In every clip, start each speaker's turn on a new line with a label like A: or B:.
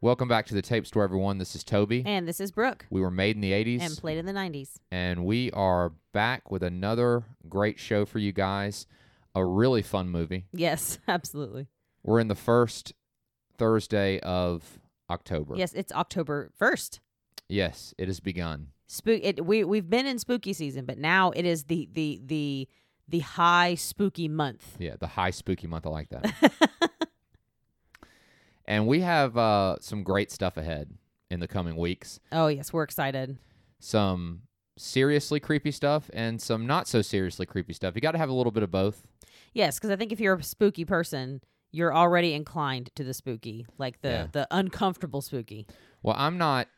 A: Welcome back to the Tape Store, everyone. This is Toby.
B: And this is Brooke.
A: we were made in the 80s.
B: And played in the 90s.
A: and we are back with another great show for you guys. A really fun movie.
B: Yes, absolutely.
A: We're in the first Thursday of October.
B: Yes, it's October 1st.
A: Yes, it has begun.
B: Spook it we we've been in spooky season, but now it is the the the the high spooky month.
A: Yeah, the high spooky month. I like that. and we have uh, some great stuff ahead in the coming weeks.
B: oh, yes, we're excited.
A: Some seriously creepy stuff and some not so seriously creepy stuff. You got to have a little bit of both.
B: Yes, cuz I think if you're a spooky person, you're already inclined to the spooky, like the
A: Yeah.
B: the uncomfortable spooky.
A: Well, I'm not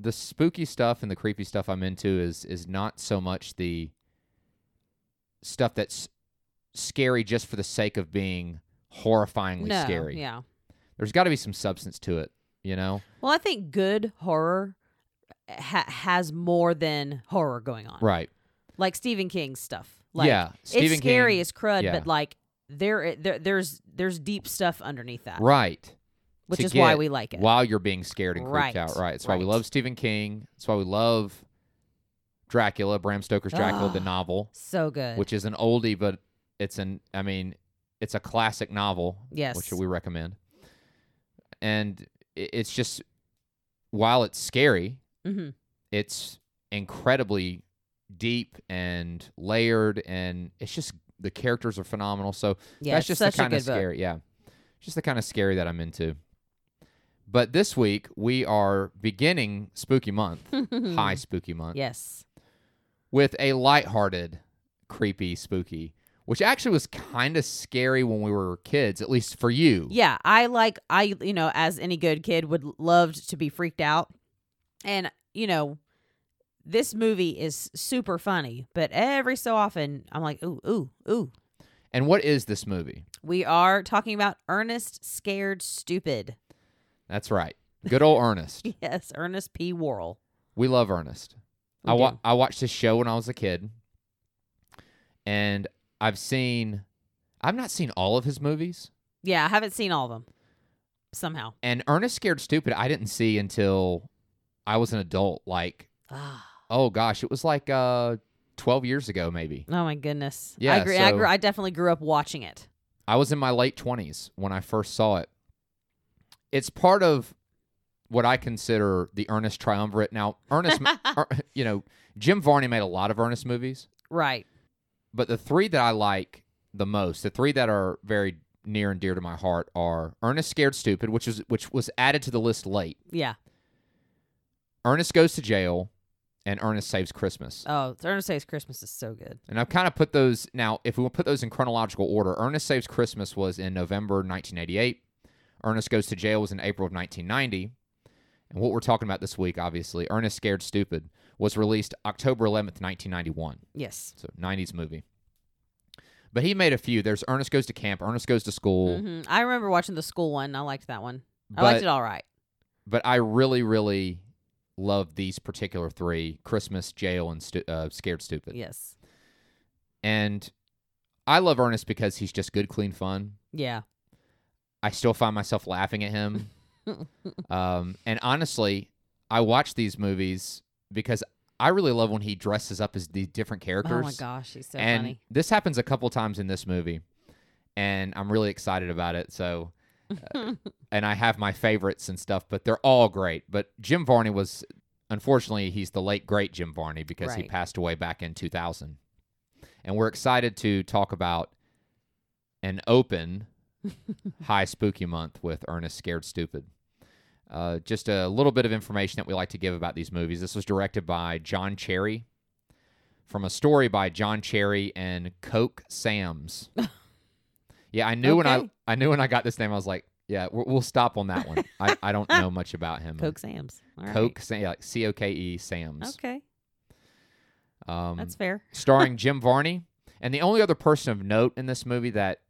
A: the spooky stuff and the creepy stuff I'm into is is not so much the stuff that's scary just for the sake of being horrifyingly
B: no,
A: scary.
B: Yeah.
A: There's got to be some substance to it, you know?
B: Well, I think good horror ha- has more than horror going on.
A: Right.
B: Like Stephen King's stuff. Uh, Like
A: yeah. Stephen
B: it's scary
A: King.
B: as crud,
A: yeah.
B: but like there, there, there's there's deep stuff underneath that,
A: Right.
B: which
A: to
B: is why
A: get
B: we like it.
A: While you're being scared and creeped
B: Right,
A: out. Right. That's why we
B: right.
A: love Stephen King. That's why we love Dracula, Bram Stoker's Dracula, the
B: Ugh.
A: novel,
B: so good.
A: which is an oldie, but it's an, I mean, it's a classic novel.
B: yes,
A: which we recommend. And i- it's just while it's scary,
B: mm-hmm.
A: it's incredibly deep and layered, and it's just the characters are phenomenal. So
B: yeah,
A: that's just
B: it's such
A: the
B: a
A: kind
B: good
A: of scary, yeah, just the kind of scary that I'm into. But this week we are beginning Spooky Month,
B: book.
A: High Spooky Month,
B: Mm-hmm. Yes,
A: with a lighthearted, creepy, spooky, which actually was kind of scary when we were kids, at least for you.
B: yeah. I like I you know as any good kid would loved to be freaked out, and you know this movie is super funny, but every so often I'm like ooh ooh ooh.
A: And what is this movie?
B: We are talking about Ernest Scared Stupid.
A: That's right. Good old Ernest.
B: Yes, Ernest P. Worrell.
A: We love Ernest.
B: We
A: I wa-
B: do.
A: I watched his show when I was a kid, and I've seen, I've not seen all of his movies.
B: Yeah, I haven't seen all of them. Somehow.
A: And Ernest Scared Stupid, I didn't see until I was an adult. Like,
B: Ah.
A: oh gosh, it was like uh, twelve years ago, maybe.
B: Oh my goodness.
A: Yeah,
B: I agree. I,
A: so-
B: grew, I definitely grew up watching it.
A: I was in my late twenties when I first saw it. It's part of what I consider the Ernest triumvirate. Now, Ernest, ma- Er- you know, Jim Varney made a lot of Ernest movies.
B: Right.
A: But the three that I like the most, the three that are very near and dear to my heart, are Ernest Scared Stupid, which is which was added to the list late.
B: Yeah.
A: Ernest Goes to Jail, and Ernest Saves Christmas.
B: Oh, Ernest Saves Christmas is so good.
A: And I've kind of put those now. If we put those in chronological order, Ernest Saves Christmas was in November 1988. Ernest Goes to Jail was in April of 1990. And what we're talking about this week, obviously, Ernest Scared Stupid was released October 11th, 1991.
B: Yes.
A: So 90s movie. But he made a few. There's Ernest Goes to Camp, Ernest Goes to School.
B: hmm I remember watching the school one. I liked that one. Mm-hmm. I liked
A: But,
B: it all right.
A: but I really, really love these particular three Christmas, Jail, and stu- uh, Scared Stupid.
B: Yes.
A: And I love Ernest because he's just good, clean fun.
B: Yeah.
A: I still find myself laughing at him. um, and honestly, I watch these movies because I really love when he dresses up as the different characters.
B: Oh my gosh, he's so
A: and
B: funny.
A: this happens a couple times in this movie, and I'm really excited about it. So, uh, and I have my favorites and stuff, but they're all great. But Jim Varney was, unfortunately, he's the late great Jim Varney because he
B: Right.
A: passed away back in 2000. And we're excited to talk about an open high spooky month with Ernest Scared Stupid. Uh, just a little bit of information that we like to give about these movies. This was directed by John Cherry from a story by John Cherry and Coke Sam's. yeah, I knew when I
B: Okay.
A: I knew when I got this name, I was like, yeah, we'll, we'll stop on that one. I, I don't know much about him.
B: Coke Sam's. All right.
A: Coke Sam, yeah, like C O K E Sam's.
B: Okay.
A: Um,
B: That's fair.
A: starring Jim Varney. And the only other person of note in this movie that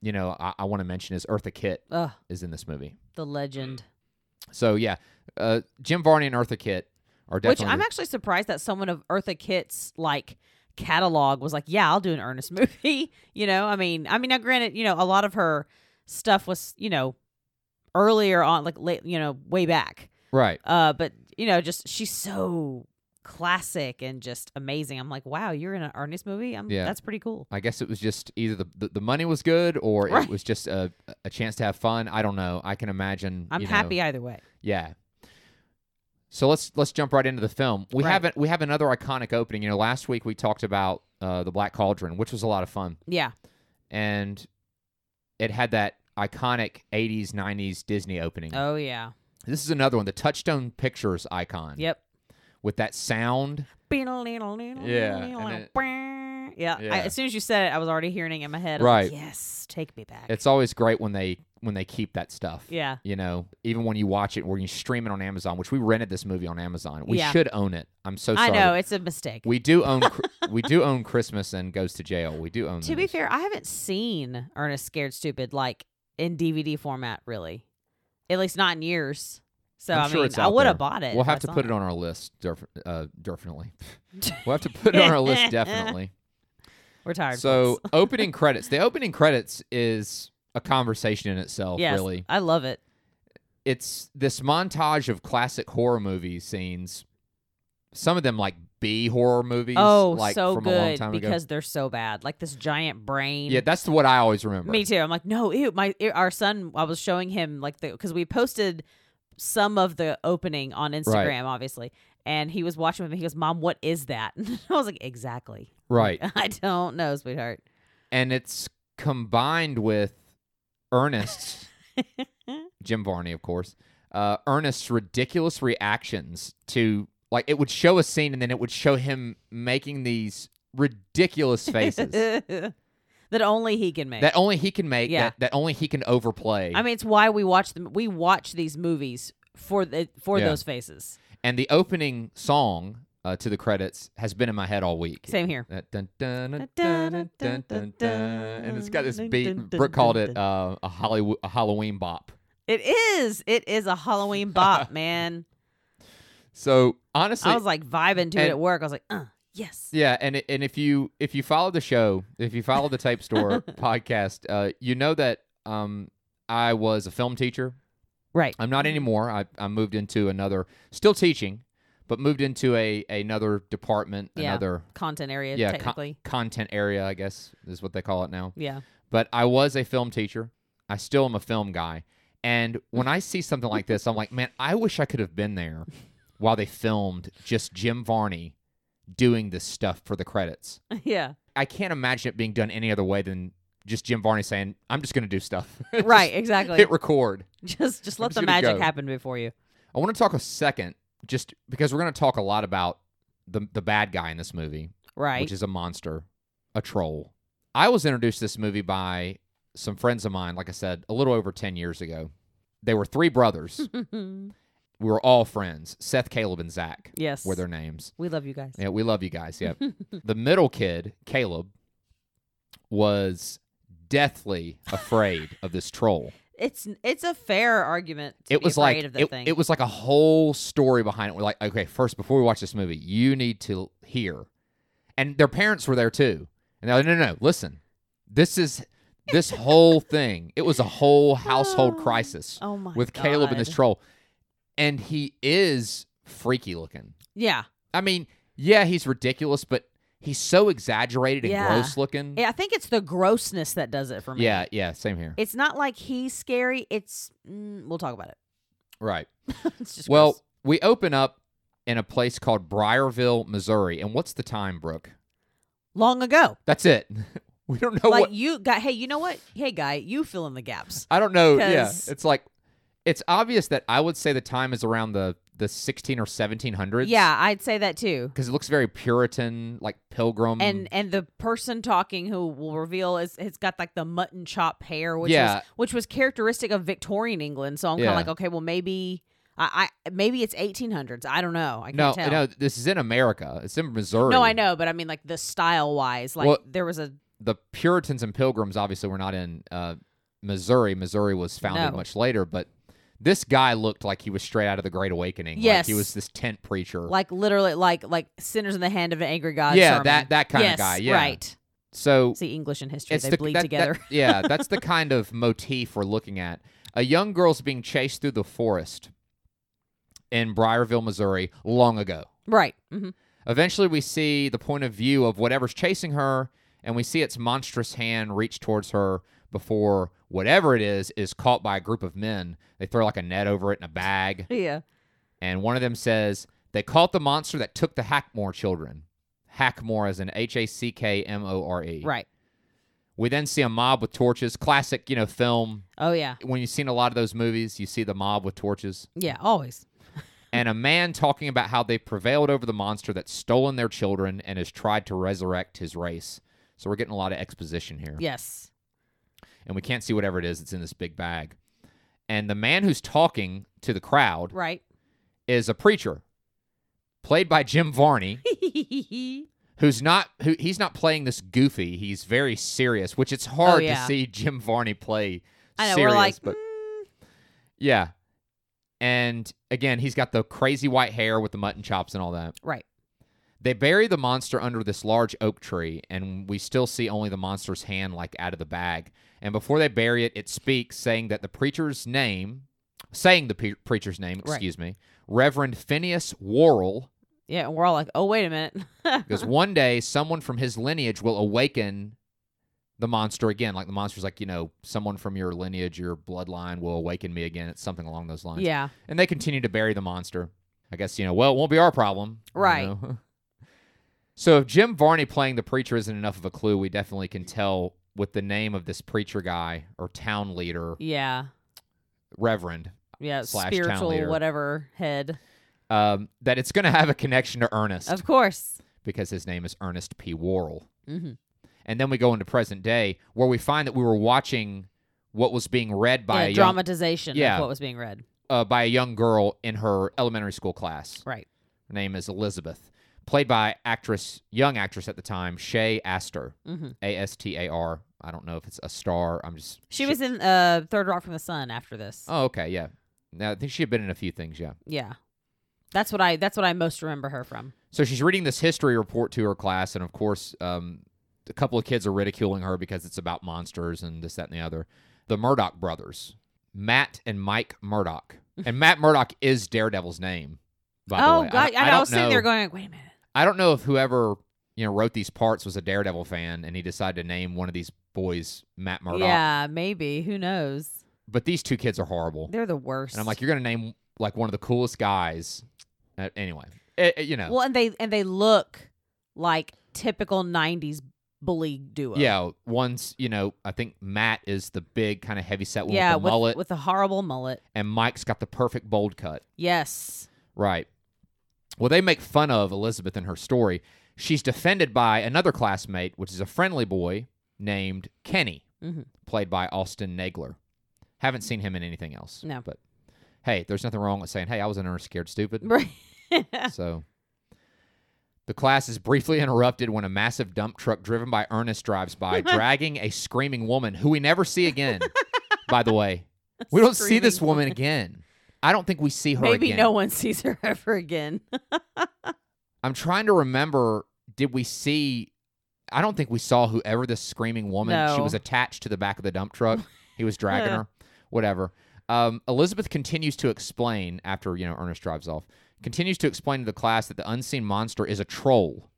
A: you know I, I want to mention is Eartha Kitt
B: Ugh,
A: is in this movie.
B: the legend.
A: So yeah, uh, Jim Varney and Eartha Kitt are
B: Which
A: definitely.
B: I'm actually surprised that someone of Eartha Kitt's like catalog was like, yeah, I'll do an Ernest movie. you know, I mean, I mean, now granted, you know, a lot of her stuff was, you know, earlier on, like late, you know, way back.
A: Right.
B: Uh, but you know, just she's so classic and just amazing. I'm like, wow, you're in an Ernest movie. I'm,
A: Yeah.
B: that's pretty cool.
A: I guess it was just either the the, the money was good or
B: Right.
A: it was just a a chance to have fun. I don't know. I can imagine.
B: I'm
A: you know,
B: happy either way.
A: Yeah. So let's let's jump right into the film. We
B: Right.
A: haven't we have another iconic opening. You know, last week we talked about uh, the Black Cauldron, which was a lot of fun,
B: Yeah,
A: and it had that iconic '80s '90s Disney opening.
B: Oh yeah.
A: This is another one, the Touchstone Pictures icon.
B: Yep.
A: With that sound.
B: Yeah.
A: and it-
B: yeah.
A: Yeah.
B: I, as soon as you said it, I was already hearing it in my head. I'm
A: Right.
B: Like, yes. Take me back.
A: It's always great when they when they keep that stuff.
B: yeah.
A: You know, even when you watch it, when you stream it on Amazon, which we rented this movie on Amazon, we
B: Yeah.
A: should own it. I'm so sorry.
B: I know it's a mistake.
A: We do own Chr- we do own Christmas and Goes to Jail. We do own.
B: to be
A: those.
B: fair, I haven't seen Ernest Scared Stupid like in DVD format really, at least not in years. So
A: I'm
B: I
A: sure
B: mean,
A: it's
B: I
A: out
B: would
A: there.
B: have bought it.
A: we'll
B: if
A: have
B: I
A: to
B: saw
A: put it on our list. Derf- uh, definitely, we'll have to put it on our list. Definitely.
B: We're tired.
A: So
B: folks.
A: opening credits. The opening credits is a conversation in itself.
B: yes,
A: Really,
B: I love it.
A: it's this montage of classic horror movie scenes. Some of them like B horror movies.
B: Oh,
A: like
B: so
A: from
B: good
A: a long time ago.
B: because they're so bad. Like this giant brain.
A: Yeah, that's what I always remember.
B: Me too. I'm like, no, ew. My ew, our son. I was showing him like the because we posted some of the opening on Instagram, obviously, and he was watching with me. He goes, "Mom, what is that?" I was like, "Exactly."
A: Right.
B: I don't know, sweetheart.
A: and it's combined with Ernest's Jim Varney, of course. Uh, Ernest's ridiculous reactions to like it would show a scene and then it would show him making these ridiculous faces
B: that only he can make.
A: that only he can make
B: Yeah.
A: that, that only he can overplay
B: I mean, it's why we watch them. We watch these movies for the for
A: Yeah.
B: those faces.
A: and the opening song uh, to the credits has been in my head all week
B: Same here.
A: That dun dun dun dun dun dun dun dun. and it's got this beat
B: Dun dun
A: brooke
B: dun
A: called it
B: dun.
A: uh, a, Hollywood, a halloween bop
B: It is. It is a Halloween bop, man.
A: so honestly
B: I was like vibing to it
A: and-
B: at work. I was like, uh, yes.
A: Yeah, and and if you if you follow the show, if you follow the Tape Store podcast, uh, you know that um, I was a film teacher.
B: Right.
A: I'm not anymore. I, I moved into another, still teaching, but moved into a another department,
B: Yeah.
A: another
B: Content area,
A: Yeah, con-
B: technically.
A: content area, I guess is what they call it now.
B: yeah.
A: But I was a film teacher. I still am a film guy. And when I see something like this, I'm like, man, I wish I could have been there while they filmed just Jim Varney doing this stuff for the credits.
B: yeah.
A: I can't imagine it being done any other way than just Jim Varney saying, "I'm just going to do stuff." Just
B: Right. Exactly.
A: Hit record.
B: just just
A: I'm
B: let the
A: just gonna
B: magic
A: go.
B: happen before you.
A: I want to talk a second, just because we're going to talk a lot about the the bad guy in this movie,
B: Right.
A: which is a monster, a troll. I was introduced to this movie by some friends of mine. Like I said, a little over ten years ago, they were three
B: Hmm.
A: brothers. we were all friends. Seth, Caleb, and Zach
B: yes.
A: were their names.
B: we love you guys.
A: Yeah, we love you guys. Yeah. the middle kid, Caleb, was deathly afraid of this troll.
B: It's it's a fair argument. To
A: It
B: be
A: was
B: afraid
A: like
B: of the
A: it,
B: thing.
A: it was like a whole story behind it. We're like, okay, first before we watch this movie, you need to hear. And their parents were there too. And they're like, no, no, no, listen. This is this whole thing. It was a whole household
B: Oh.
A: crisis
B: oh my
A: with Caleb and this
B: God.
A: troll. And he is freaky looking.
B: yeah.
A: I mean, yeah, he's ridiculous, but he's so exaggerated and
B: Yeah.
A: gross looking.
B: Yeah, I think it's the grossness that does it for me.
A: Yeah, yeah, same here.
B: It's not like he's scary. It's mm, we'll talk about it.
A: right.
B: It's just
A: Well,
B: gross.
A: we open up in a place called Briarville, Missouri. And what's the time, Brooke?
B: long ago.
A: That's it. we don't know
B: like
A: Oh, what
B: you got. Hey, you know what? Hey, guy, you fill in the gaps.
A: I don't know. Yeah.
B: 'cause-
A: It's like it's obvious that I would say the time is around the the 16 or 1700s.
B: Yeah, I'd say that too.
A: Cuz it looks very puritan, like pilgrim.
B: and and the person talking who will reveal is has got like the mutton chop hair, which
A: Yeah.
B: was which was characteristic of Victorian England. So I'm
A: Yeah.
B: kind of like, okay, well maybe I, I maybe it's 1800s. I don't know. I can't
A: no,
B: tell.
A: no, this is in America. It's in Missouri.
B: No, I know, but I mean like the style wise, like
A: Well-
B: there was a
A: the Puritans and Pilgrims obviously were not in uh, Missouri. Missouri was founded
B: No.
A: much later, but this guy looked like he was straight out of the Great Awakening. like he
B: Yes.
A: was this tent preacher.
B: like literally like like sinners in the hand of an angry god.
A: Yeah,
B: sermon.
A: that- that kinda
B: Yes,
A: guy, yeah.
B: right.
A: so
B: See English and history,
A: it's
B: they
A: the
B: bleed
A: that- that-
B: together.
A: yeah, that's the kind of motif we're looking at. A young girl's being chased through the forest in Briarville, Missouri, long ago.
B: Right. hmm
A: Eventually, we see the point of view of whatever's chasing her, and we see its monstrous hand reach towards her before whatever it is is caught by a group of men. They throw like a net over it and a bag,
B: Yeah.
A: and one of them says, They caught the monster that took the Hackmore children. Hackmore as in H A C K M O R E.
B: Right.
A: We then see a mob with torches. Classic, you know, film.
B: Oh yeah.
A: When you've seen a lot of those movies, you see the mob with torches.
B: Yeah. Always.
A: and a man talking about how they prevailed over the monster that's stolen their children and has tried to resurrect his race. So we're getting a lot of exposition here.
B: Yes.
A: And we can't see whatever it is that's in this big bag. And the man who's talking to the crowd
B: Right.
A: is a preacher played by Jim Varney, who's not who he's not playing this goofy, he's very serious, which it's hard
B: Oh, yeah.
A: to see Jim Varney play
B: I know.
A: serious,
B: we're like,
A: but
B: "Mm,
A: yeah. And again, he's got the crazy white hair with the mutton chops and all that.
B: right.
A: They bury the monster under this large oak tree, and we still see only the monster's hand, like out of the bag. And before they bury it, it speaks, saying that the preacher's name, saying the pe- preacher's name,
B: Right.
A: excuse me, Reverend Phineas Worrell,
B: Yeah. And we're all like, oh wait a minute.
A: because one day someone from his lineage will awaken the monster again. Like the monster's like, you know, someone from your lineage, your bloodline will awaken me again. It's something along those lines.
B: yeah.
A: And they continue to bury the monster. I guess, you know, well, it won't be our problem. you
B: Right.
A: know? so if Jim Varney playing the preacher isn't enough of a clue, we definitely can tell with the name of this preacher guy or town leader,
B: Yeah.
A: Reverend,
B: Yeah.
A: Slash town
B: spiritual
A: leader.
B: whatever head.
A: um, that it's going to have a connection to Ernest
B: Of course.
A: because his name is Ernest P. Worrell.
B: hmm
A: And then we go into present day where we find that we were watching what was being read by
B: yeah,
A: a young,
B: dramatization
A: Yeah.
B: of what was being read.
A: uh, by a young girl in her elementary school class.
B: Right.
A: Her name is Elizabeth, played by actress, young actress at the time, Shay Astor,
B: hmm
A: A S T A R. I don't know if it's a star. I'm just.
B: She was in uh, Third Rock from the Sun after this.
A: Oh, okay, yeah. Now I think she had been in a few things, yeah.
B: Yeah. That's what I that's what I most remember her from.
A: So she's reading this history report to her class, and of course, um, a couple of kids are ridiculing her because it's about monsters and this, that, and the other. The Murdoch brothers, Matt and Mike Murdoch, and Matt Murdoch is Daredevil's name. By the
B: oh
A: way.
B: god,
A: I, don't-
B: I,
A: I
B: was
A: don't
B: sitting
A: know.
B: there going, like, wait a minute.
A: I don't know if whoever you know wrote these parts was a Daredevil fan and he decided to name one of these boys Matt Murdock.
B: Yeah, maybe. Who knows?
A: But these two kids are horrible,
B: They're the worst.
A: and I'm like, you're gonna name like one of the coolest guys. Uh, anyway, Eh, eh, you know,
B: Well, and they and they look like typical '90s bully duo.
A: yeah. Once you know, I think Matt is the big kind of heavy set one
B: yeah,
A: with the
B: with,
A: mullet,
B: with a horrible mullet.
A: and Mike's got the perfect bold cut.
B: Yes,
A: Right. Well, they make fun of Elizabeth in her story. She's defended by another classmate, which is a friendly boy named Kenny,
B: Mhm.
A: played by Austin Nagler. Haven't seen him in anything else.
B: No.
A: But hey, there's nothing wrong with saying, hey, I was an earnest scared stupid.
B: right.
A: so the class is briefly interrupted when a massive dump truck driven by Ernest drives by, dragging a screaming woman who we never see again, by the way. We don't see this
B: Screaming
A: woman again. I don't think we see her
B: Maybe
A: again.
B: no one sees her ever again.
A: I'm trying to remember. Did we see? I don't think we saw whoever this screaming woman. She
B: No.
A: was attached to the back of the dump truck. he was dragging her. Whatever. Um, Elizabeth continues to explain after you know Ernest drives off. Continues to explain to the class that the unseen monster is a troll,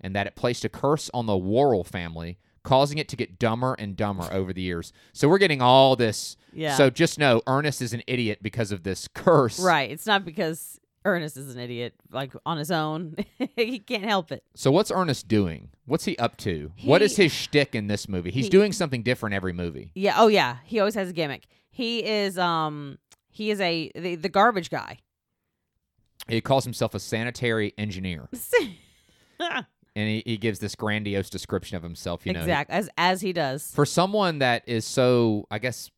A: and that it placed a curse on the Worrell family, causing it to get dumber and dumber over the years. So we're getting all this.
B: yeah.
A: So just know Ernest is an idiot because of this curse.
B: right. It's not because Ernest is an idiot, like on his own. he can't help it.
A: So what's Ernest doing? What's he up to? what is
B: He-
A: his shtick in this movie? He's
B: He-
A: doing something different every movie.
B: Yeah. Oh yeah. He always has a gimmick. He is um he is a the, the garbage guy.
A: He calls himself a sanitary engineer, and he, he gives this grandiose description of himself. You know,
B: exactly as as he does.
A: for someone that is so, I guess,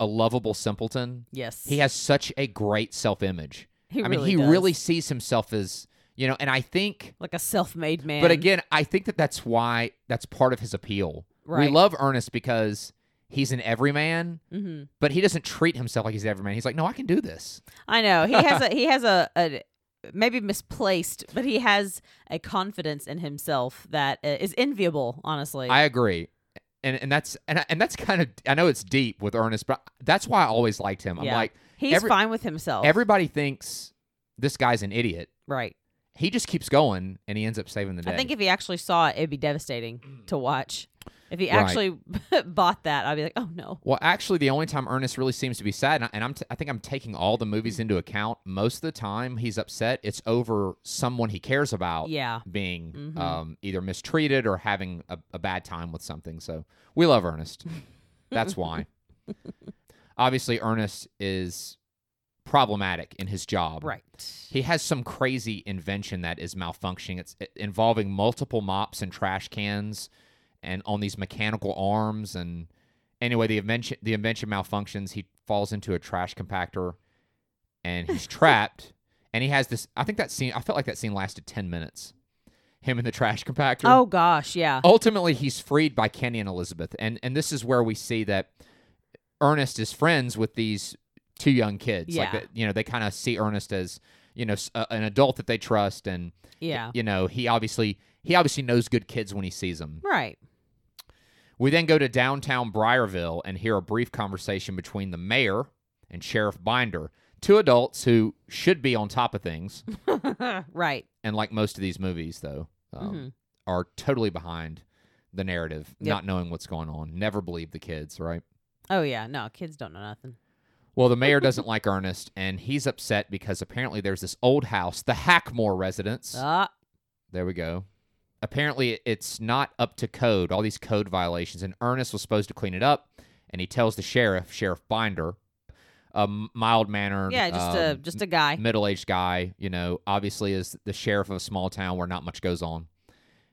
A: a lovable simpleton,
B: Yes.
A: he has such a great self-image.
B: He
A: I
B: really
A: mean, he
B: does.
A: really sees himself as you know, and I think.
B: like a self-made man.
A: But again, I think that that's why that's part of his appeal.
B: Right.
A: We love Ernest because he's an everyman,
B: hmm
A: but he doesn't treat himself like he's an everyman. He's like, no, I can do this.
B: I know he has a he has a, a maybe misplaced, but he has a confidence in himself that uh, is enviable. Honestly,
A: I agree. and, and that's and, I- and that's kind of I know it's deep with Ernest, but that's why I always liked him. I'm
B: Yeah. Oh.
A: like
B: He's
A: every-
B: fine with himself.
A: everybody thinks this guy's an idiot.
B: right.
A: He just keeps going and he ends up saving the day.
B: I think if he actually saw it, it'd be devastating to watch. If he
A: Right.
B: actually bought that, I'd be like, oh no.
A: Well, actually, the only time Ernest really seems to be sad, and, I, and I'm t- I think I'm taking all the movies into account. Most of the time, he's upset. It's over someone he cares about
B: Yeah.
A: being
B: Mhm.
A: um, either mistreated or having a, a bad time with something. So we love Ernest. That's why. Obviously, Ernest is problematic in his job.
B: Right.
A: He has some crazy invention that is malfunctioning. It's it- involving multiple mops and trash cans, and on these mechanical arms. And anyway, the invention the invention malfunctions. He falls into a trash compactor, and he's trapped. And he has this. I think that scene. I felt like that scene lasted ten minutes. Him in the trash compactor
B: Oh gosh, yeah.
A: ultimately he's freed by Kenny and Elizabeth. And and this is where we see that Ernest is friends with these two young kids. Like
B: Yeah.
A: that, you know, they kind of see Ernest as, you know, s- a, an adult that they trust and
B: Yeah.
A: you know, he obviously he obviously knows good kids when he sees them.
B: Right.
A: We then go to downtown Briarville and hear a brief conversation between the mayor and Sheriff Binder, two adults who should be on top of things
B: right.
A: and like most of these movies though um,
B: Mhm.
A: are totally behind the narrative
B: Yep.
A: not knowing what's going on never believe the kids right
B: Oh yeah. No, kids don't know nothing.
A: well the mayor doesn't like ernest and he's upset because apparently there's this old house the hackmore residence
B: Ah,
A: there we go apparently it's not up to code all these code violations and ernest was supposed to clean it up and he tells the sheriff sheriff binder a mild mannered um,
B: yeah, just a just a guy.
A: middle-aged guy, you know, obviously is the sheriff of a small town where not much goes on.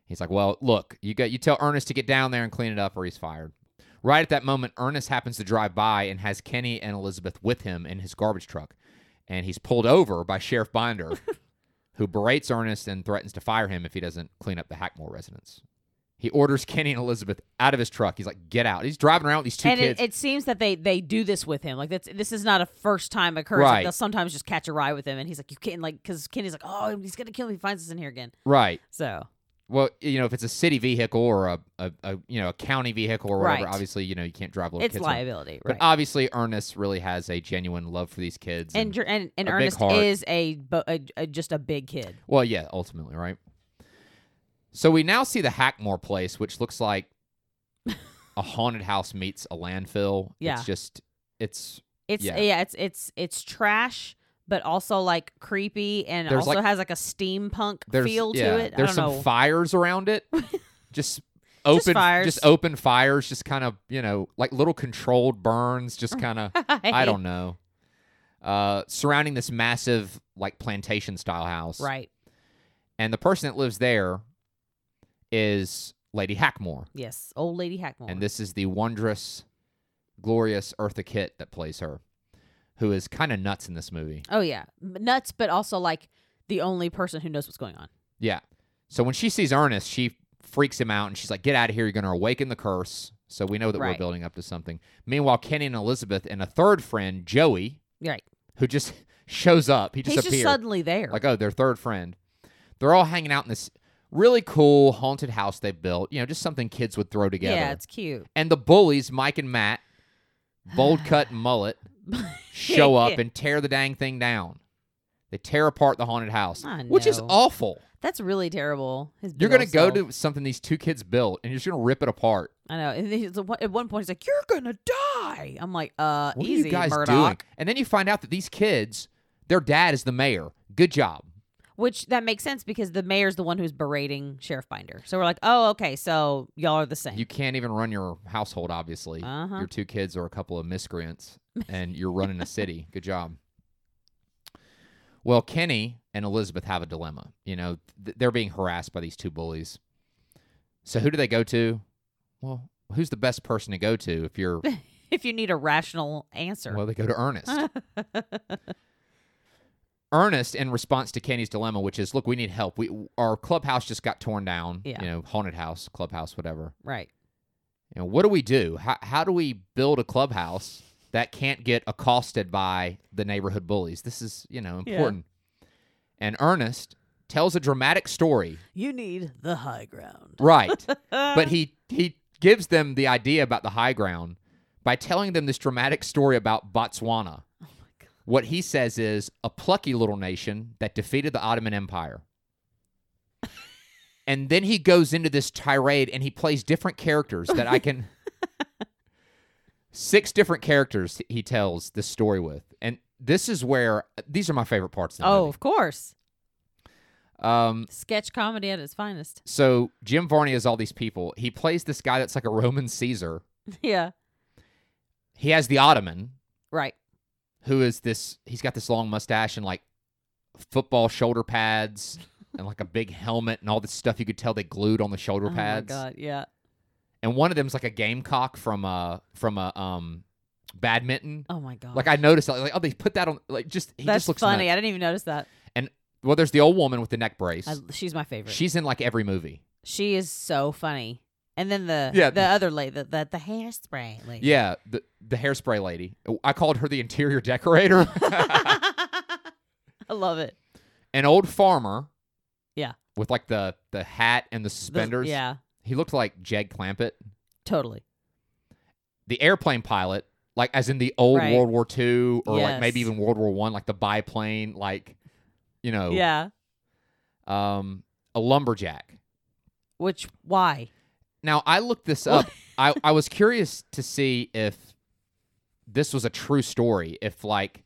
A: He's like, "Well, look, you got you tell Ernest to get down there and clean it up or he's fired." Right at that moment, Ernest happens to drive by and has Kenny and Elizabeth with him in his garbage truck, and he's pulled over by Sheriff Binder, who berates Ernest and threatens to fire him if he doesn't clean up the Hackmore residence. He orders Kenny and Elizabeth out of his truck. He's like, "Get out!" He's driving around with these two
B: And
A: kids.
B: it, it seems that they they do this with him. Like that's this is not a first time occurrence.
A: Right.
B: Like, they'll sometimes just catch a ride with him, and he's like, you can't like because Kenny's like, oh, he's gonna kill me if he finds us in here again.
A: right.
B: So
A: Well, you know, if it's a city vehicle or a, a, a you know a county vehicle or whatever,
B: Right.
A: obviously you know you can't drive little
B: it's
A: kids. around.
B: liability,
A: But
B: right?
A: obviously, Ernest really has a genuine love for these kids.
B: and Jer- and, and
A: a big
B: Ernest
A: heart.
B: is a, bo- a, a just a big kid.
A: well, yeah, ultimately, right. So we now see the Hackmore place, which looks like a haunted house meets a landfill.
B: Yeah.
A: it's just it's
B: It's
A: Yeah.
B: yeah, it's it's it's trash, but also like creepy, and
A: There's,
B: also
A: like-
B: has like a steampunk
A: there's
B: feel
A: yeah,
B: to it.
A: There's
B: I don't
A: some
B: know.
A: fires around it. just open,
B: fires.
A: just open fires, just kind of you know like little controlled burns, just kind of. I don't know. Uh, surrounding this massive like plantation style house,
B: Right.
A: And the person that lives there is Lady Hackmore,
B: Yes. Old lady Hackmore.
A: and this is the wondrous, glorious Eartha Kitt that plays her, who is kind of nuts in this movie.
B: oh yeah, M- nuts, but also like the only person who knows what's going on.
A: Yeah. So when she sees Ernest, she freaks him out and she's like, Get out of here. You're going to awaken the curse. So we know that we're
B: Right.
A: building up to something. Meanwhile, Kenny and Elizabeth and a third friend, Joey,
B: Right.
A: who just shows up, he just
B: He's just
A: appears.
B: suddenly there.
A: Like, oh, their third friend. They're all hanging out in this really cool haunted house they built. You know, just something kids would throw together.
B: yeah, it's cute.
A: and the bullies, Mike and Matt, bold cut and mullet, show up and tear the dang thing down. They tear apart the haunted house,
B: I
A: which is
B: know.
A: awful.
B: That's really terrible. His
A: You're
B: big
A: gonna
B: old
A: go
B: self.
A: to something these two kids built, and you're just gonna rip it apart.
B: I know. And he's, at one- at one point, he's like, "You're gonna die." I'm like, "Uh,
A: What
B: easy,
A: are you guys
B: Murdoch."
A: doing? And then you find out that these kids, their dad is the mayor. Good job.
B: Which that makes sense because the mayor's the one who's berating Sheriff Binder. So we're like, oh, okay, so y'all are the same.
A: You can't even run your household, obviously.
B: Uh-huh.
A: Your two kids are a couple of miscreants, and you're running a city. Good job. Well, Kenny and Elizabeth have a dilemma. You know, th- they're being harassed by these two bullies. So who do they go to? Well, who's the best person to go to if you're
B: if you need a rational answer,
A: Well, they go to Ernest.
B: Uh-huh.
A: Ernest, in response to Kenny's dilemma, which is, look, we need help. We our clubhouse just got torn down.
B: Yeah.
A: You know, haunted house, clubhouse, whatever.
B: right?
A: You know, what do we do? How how do we build a clubhouse that can't get accosted by the neighborhood bullies? This is, you know,
B: Yeah.
A: important. And Ernest tells a dramatic story.
B: You need the high ground,
A: Right. but he he gives them the idea about the high ground by telling them this dramatic story about Botswana.
B: Oh my god.
A: What he says is a plucky little nation that defeated the Ottoman Empire. and then he goes into this tirade and he plays different characters that I can. Six different characters he tells this story with. And this is where these are my favorite parts. Of the
B: Oh, of course.
A: movie. Um,
B: Sketch comedy at its finest.
A: So Jim Varney is all these people. He plays this guy that's like a Roman Caesar.
B: yeah.
A: He has the Ottoman,
B: Right.
A: who is this. He's got this long mustache and like football shoulder pads and like a big helmet and all this stuff you could tell they glued on the shoulder pads.
B: Oh my god. Yeah.
A: And one of them's like a gamecock from a from a um badminton.
B: Oh my god.
A: Like I noticed, like oh they put that on like just he
B: That's
A: just looks
B: funny.
A: nuts.
B: I didn't even notice that.
A: Well, there's the old woman with the neck brace.
B: I, she's my favorite. She,
A: She's in like every movie.
B: is so funny. And then the
A: Yeah.
B: the other lady, the, the the hairspray lady.
A: Yeah, the the hairspray lady. I called her the interior decorator.
B: I love it.
A: an old farmer.
B: Yeah.
A: With like the the hat and the
B: The-
A: suspenders.
B: yeah.
A: He looked like Jed Clampett.
B: Totally.
A: The airplane pilot, like as in the old
B: Right.
A: World War II or like maybe
B: Yes.
A: even World War One, like the biplane, like you know,
B: Yeah.
A: um, a lumberjack.
B: Which why?
A: Now I looked this up. I, I was curious to see if this was a true story, if like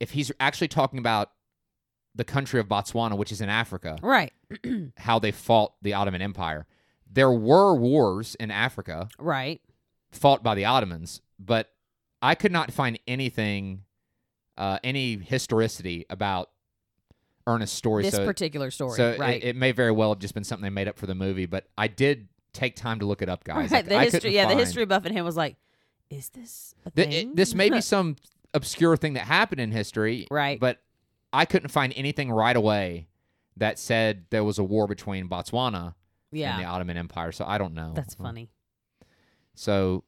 A: if he's actually talking about the country of Botswana, which is in Africa.
B: Right. Mm.
A: how they fought the Ottoman Empire. There were wars in Africa
B: Right.
A: fought by the Ottomans, but I could not find anything, uh, any historicity about Ernest's story.
B: This
A: so
B: particular story.
A: so it-
B: right.
A: it, may very well have just been something they made up for the movie, but I did take time to look it up, guys.
B: right.
A: I-
B: The
A: I
B: history.
A: couldn't
B: Yeah.
A: find-
B: The history buff in him was like, is this a
A: Th-
B: thing?
A: it- this may be some obscure thing that happened in history,
B: right.
A: but I couldn't find anything right away that said there was a war between Botswana and
B: yeah.
A: the Ottoman Empire. So I don't know.
B: That's
A: Um,
B: funny.
A: So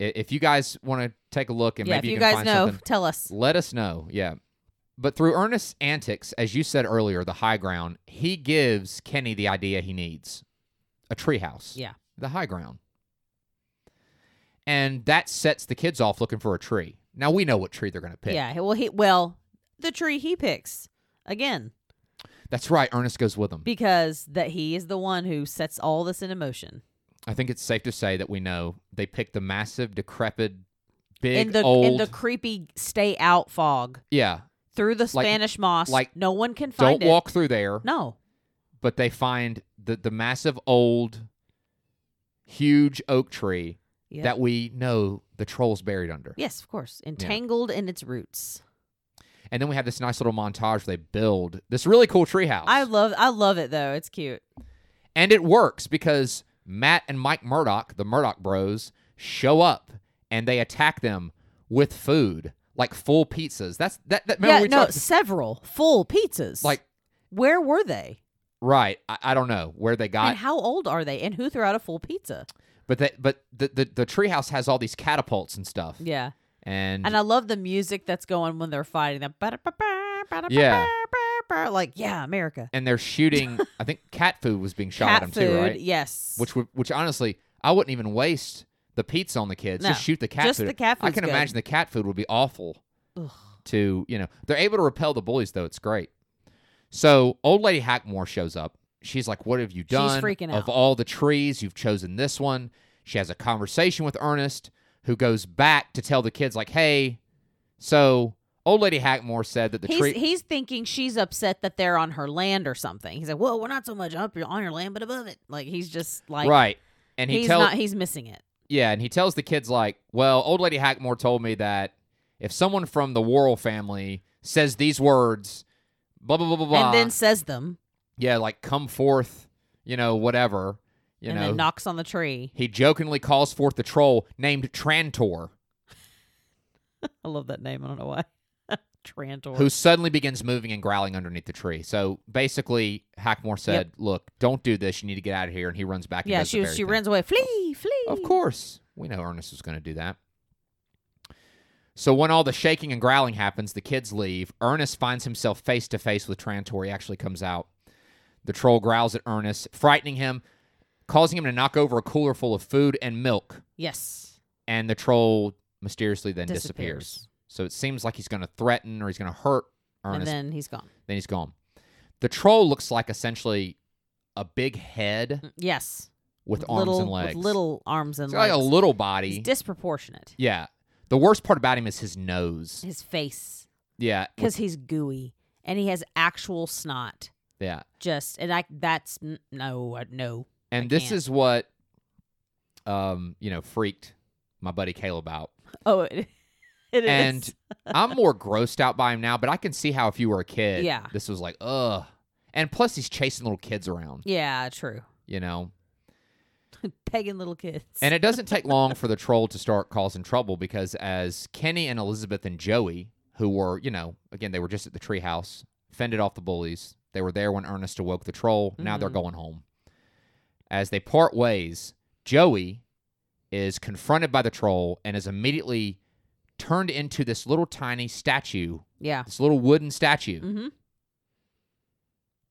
A: i- if you guys want to take a look and
B: yeah. If
A: maybe
B: you,
A: you, can
B: guys
A: find
B: know,
A: something,
B: tell us.
A: let us know. Yeah. But through Ernest's antics, as you said earlier, the high ground, he gives Kenny the idea he needs a treehouse.
B: Yeah.
A: The high ground. And that sets the kids off looking for a tree. Now we know what tree they're going to pick.
B: Yeah. he- Well, he well the tree he picks again
A: That's right. Ernest goes with them.
B: because that he is the one who sets all this into motion.
A: I think it's safe to say that we know they picked the massive, decrepit, big,
B: in the
A: old.
B: in the creepy stay out fog
A: yeah.
B: through the
A: Like-
B: Spanish moss.
A: like,
B: no one can find
A: Don't
B: it.
A: walk through there.
B: No,
A: but they find the the massive old huge oak tree
B: yeah.
A: that we know the trolls buried under.
B: yes, of course, entangled in its roots.
A: And then we have this nice little montage where they build this really cool treehouse.
B: I love I love it though. It's cute.
A: and it works because Matt and Mike Murdoch, the Murdoch bros, show up and they attack them with food, like full pizzas. That's that that remember
B: yeah,
A: we
B: no,
A: talked
B: several full pizzas.
A: like
B: where were they?
A: right. I, I don't know where they got
B: and how old are they? And who threw out a full pizza?
A: but that but the, the the treehouse has all these catapults and stuff.
B: Yeah,
A: And,
B: and I love the music that's going when they're fighting. That ba-da-ba-ba, ba-da-ba-ba,
A: Yeah.
B: ba-da-ba-ba. like yeah, America.
A: and they're shooting. I think cat food was being shot
B: Cat
A: at them
B: food,
A: too, right?
B: yes.
A: Which would, which honestly, I wouldn't even waste the pizza on the kids.
B: No,
A: just shoot the cat
B: just
A: food.
B: the cat
A: I
B: food's
A: can
B: good.
A: imagine the cat food would be awful.
B: Ugh.
A: To you know, they're able to repel the bullies though. It's great. So old lady Hackmore shows up. She's like, "What have you done?
B: freaking out.
A: Of all the trees, you've chosen this one." She has a conversation with Ernest, who goes back to tell the kids, like, "Hey, so." Old lady Hackmore said that the
B: he's,
A: tree.
B: he's thinking she's upset that they're on her land or something. He's like, "Whoa, we're not so much up on your land, but above it." Like he's just like,
A: right, and he
B: he's
A: tells
B: not. He's missing it.
A: Yeah, and he tells the kids like, "Well, old lady Hackmore told me that if someone from the Worrell family says these words, blah blah blah blah blah,
B: and then says them,
A: yeah, like come forth, you know, whatever, you
B: and
A: know."
B: then knocks on the tree.
A: he jokingly calls forth the troll named Trantor,
B: I love that name. I don't know why. Trantor.
A: who suddenly begins moving and growling underneath the tree. So basically, Hackmore said, "Look, don't do this. You need to get out of here." And he runs back. and
B: yeah,
A: does the
B: she was-
A: very
B: she
A: thing.
B: runs away. Flee, flee.
A: Of course. We know Ernest was going to do that. So when all the shaking and growling happens, the kids leave. Ernest finds himself face to face with Trantor. He actually comes out. The troll growls at Ernest, frightening him. causing him to knock over a cooler full of food and milk.
B: Yes.
A: And the troll mysteriously then disappears. So it seems like he's going to threaten or he's going to hurt Ernest.
B: And
A: then,
B: then he's gone.
A: he's gone. The troll looks like essentially a big head
B: Mm, Yes.
A: with arms
B: little,
A: and legs.
B: With little arms and
A: it's
B: legs.
A: like a little
B: He's
A: body.
B: disproportionate.
A: yeah. The worst part about him is his nose.
B: His face,
A: Yeah. with-
B: because he's gooey and he has actual snot.
A: Yeah.
B: Just and I that's n- no I- no.
A: And
B: I
A: this
B: can't.
A: is what um, you know, freaked my buddy Caleb out.
B: Oh, it, it is.
A: and I'm more grossed out by him now, but I can see how if you were a kid,
B: Yeah.
A: this was like, ugh. And plus, he's chasing little kids around,
B: yeah, true.
A: you know.
B: Pegging little kids.
A: And it doesn't take long for the troll to start causing trouble because as Kenny and Elizabeth and Joey, who were, you know, again, they were just at the treehouse, fended off the bullies. They were there when Ernest awoke the troll. Now they're
B: Mhm.
A: going home. As they part ways, Joey is confronted by the troll and is immediately turned into this little tiny statue,
B: yeah.
A: this little wooden statue.
B: Mm-hmm.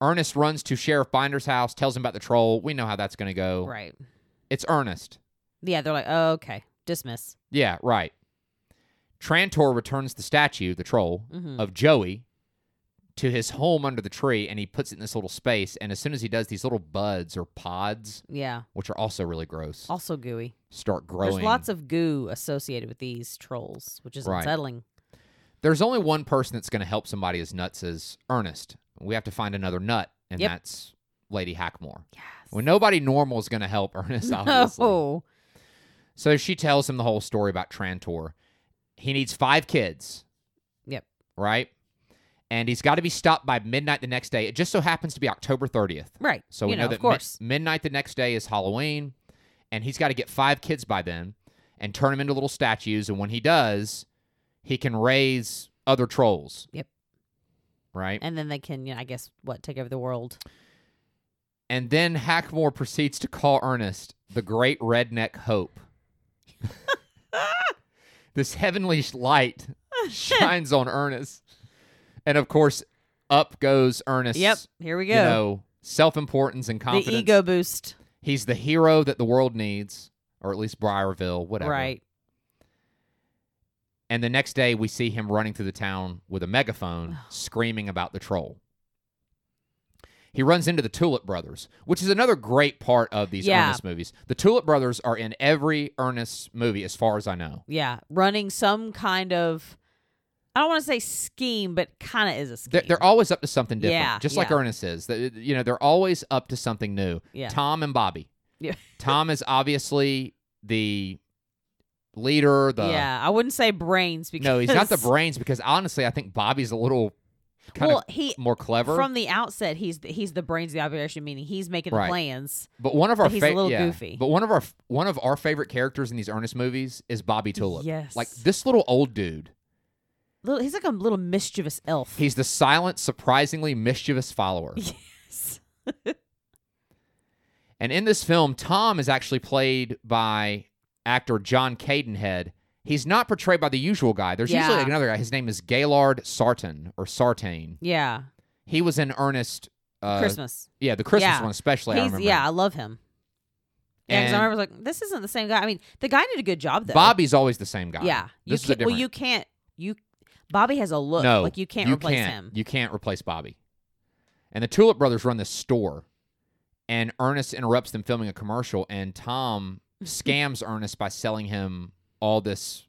A: Ernest runs to Sheriff Binder's house, tells him about the troll. We know how that's going to go.
B: Right.
A: It's Ernest.
B: Yeah, they're like, oh, okay, dismiss.
A: Yeah, right. Trantor returns the statue, the troll,
B: Mm-hmm.
A: of Joey to his home under the tree, and he puts it in this little space. And as soon as he does, these little buds or pods,
B: yeah.
A: which are also really gross,
B: Also gooey.
A: start growing.
B: There's lots of goo associated with these trolls, which is
A: Right.
B: unsettling.
A: There's only one person that's going to help somebody as nuts as Ernest. We have to find another nut, and
B: Yep.
A: that's Lady Hackmore.
B: Yes.
A: Well, nobody normal is going to help Ernest, obviously.
B: no.
A: So she tells him the whole story about Trantor. He needs five kids.
B: Yep.
A: Right? And he's got to be stopped by midnight the next day. It just so happens to be October 30th.
B: Right.
A: So
B: you
A: we know,
B: know,
A: that
B: of course.
A: mi- midnight the next day is Halloween. And he's got to get five kids by then and turn them into little statues. And when he does, he can raise other trolls.
B: Yep.
A: Right?
B: and then they can, you know, I guess, what take over the world.
A: And then Hackmore proceeds to call Ernest the great redneck hope. this heavenly sh- light shines on Ernest. And of course, up goes Ernest.
B: Yep. Here we go.
A: You know, self importance and confidence.
B: The ego boost.
A: He's the hero that the world needs, or at least Briarville, whatever.
B: Right.
A: And the next day, we see him running through the town with a megaphone, screaming about the troll. He runs into the Tulip Brothers, which is another great part of these
B: Yeah.
A: Ernest movies. The Tulip Brothers are in every Ernest movie, as far as I know.
B: Yeah. Running some kind of, I don't want to say scheme, but kind of is a scheme.
A: They're, they're always up to something different,
B: Yeah,
A: just like
B: yeah.
A: Ernest is. They- You know, they're always up to something new.
B: yeah.
A: Tom and Bobby.
B: Yeah.
A: Tom is obviously the leader. The
B: yeah. I wouldn't say brains because
A: no, he's not the brains because honestly, I think Bobby's a little kind
B: well,
A: of
B: he
A: more clever.
B: from the outset he's the, he's the brains of the operation, meaning he's making the
A: Right.
B: plans.
A: But one of our
B: But he's a
A: fa-
B: little
A: yeah.
B: goofy.
A: But one of our f- one of our favorite characters in these Ernest movies is Bobby Tulip.
B: Yes.
A: Like this little old dude.
B: Little, he's like a little mischievous elf.
A: He's the silent, surprisingly mischievous follower.
B: yes.
A: and in this film, Tom is actually played by actor John Cadenhead. He's not portrayed by the usual guy. There's usually
B: Yeah.
A: another guy. His name is Gaylord Sartain or Sartain.
B: Yeah.
A: He was in Ernest. Uh,
B: Christmas.
A: Yeah, the Christmas
B: Yeah.
A: one especially. I
B: He's,
A: remember.
B: yeah, I love him. Yeah, 'cause
A: And-
B: I remember I was like, this isn't the same guy. I mean, the guy did a good job though.
A: Bobby's always the same guy.
B: Yeah. You
A: This is a
B: can't, well,
A: different-
B: you can't. You Bobby has a look.
A: No,
B: like you can't
A: you
B: replace
A: can't,
B: him.
A: You can't replace Bobby. And the Tulip Brothers run this store, and Ernest interrupts them filming a commercial, and Tom scams Ernest by selling him all this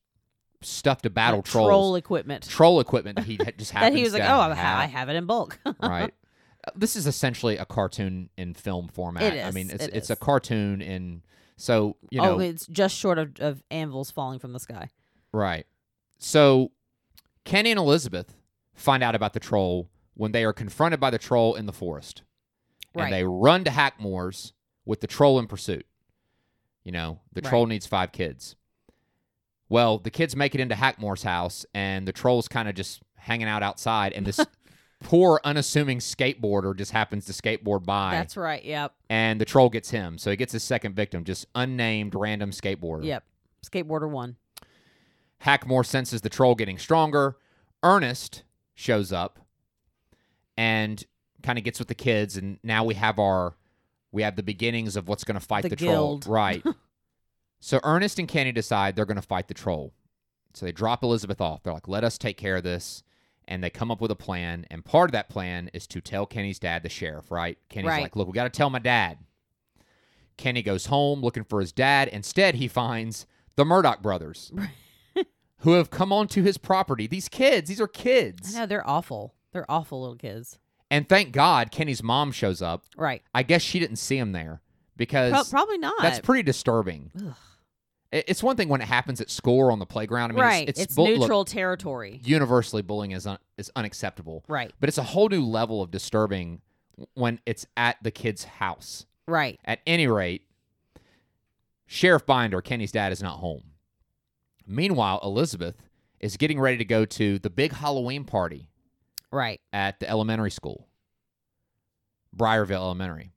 A: stuff to battle
B: Like
A: trolls,
B: troll equipment
A: troll equipment that he had just
B: that
A: happens
B: he was like,
A: to
B: oh, I ha- I
A: have,
B: have it in bulk.
A: right. Uh, This is essentially a cartoon in film format.
B: It
A: I
B: is,
A: mean, it's
B: it
A: it's
B: is.
A: a cartoon in so you know
B: oh, it's just short of, of anvils falling from the sky.
A: Right. So Kenny and Elizabeth find out about the troll when they are confronted by the troll in the forest.
B: Right.
A: And they run to Hackmore's with the troll in pursuit. You know, the
B: Right.
A: troll needs five kids. Well, the kids make it into Hackmore's house, and the troll's kind of just hanging out outside, and this poor, unassuming skateboarder just happens to skateboard by,
B: That's right. Yep.
A: and the troll gets him. So he gets his second victim, just unnamed random skateboarder.
B: Yep. Skateboarder one.
A: Hackmore senses the troll getting stronger. Ernest shows up and kind of gets with the kids, and now we have our we have the beginnings of what's going to fight the,
B: The guild.
A: troll. Right. so Ernest and Kenny decide they're going to fight the troll. So they drop Elizabeth off. They're like, let us take care of this. And they come up with a plan. And part of that plan is to tell Kenny's dad, the sheriff, right? Kenny's
B: Right.
A: like, look, we got to tell my dad. Kenny goes home looking for his dad. Instead, he finds the Murdoch brothers who have come onto his property. These kids, these are
B: I
A: kids.
B: know they're awful. They're awful little kids.
A: And thank God Kenny's mom shows up.
B: Right.
A: I guess she didn't see him there because
B: Pro- probably not.
A: that's pretty disturbing.
B: Ugh.
A: I- It's one thing when it happens at school or on the playground. I mean,
B: right.
A: it's,
B: It's,
A: it's, bu- look,
B: neutral territory.
A: universally, bullying is un- is unacceptable,
B: Right.
A: but it's a whole new level of disturbing w- when it's at the kid's house.
B: Right.
A: At any rate, Sheriff Binder, Kenny's dad, is not home. Meanwhile, Elizabeth is getting ready to go to the big Halloween party
B: Right.
A: at the elementary school, Briarville Elementary.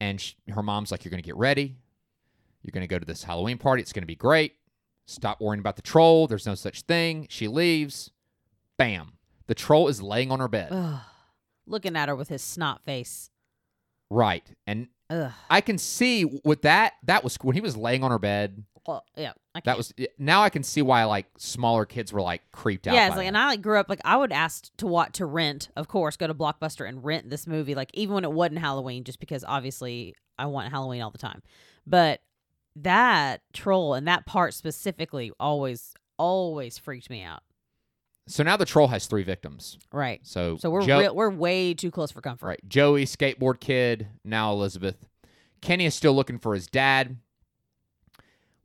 A: And sh her mom's like, You're going to get ready. You're going to go to this Halloween party. It's going to be great. Stop worrying about the troll. There's no such thing. She leaves. Bam. The troll is laying on her bed.
B: Ugh. Looking at her with his snot face.
A: Right. And
B: Ugh.
A: I can see with that, that was when he was laying on her bed.
B: Well, yeah. I
A: That
B: can't.
A: was now I can see why like smaller kids were like creeped out.
B: Yeah,
A: by
B: it's like, and
A: that.
B: I like grew up like I would ask to watch to rent, of course, go to Blockbuster and rent this movie, like even when it wasn't Halloween, just because obviously I want Halloween all the time. But that troll and that part specifically always, always freaked me out.
A: so now the troll has three victims.
B: Right.
A: So
B: So we're
A: Jo-
B: real, we're way too close for comfort.
A: Right. Joey, skateboard kid, now Elizabeth. Kenny is still looking for his dad.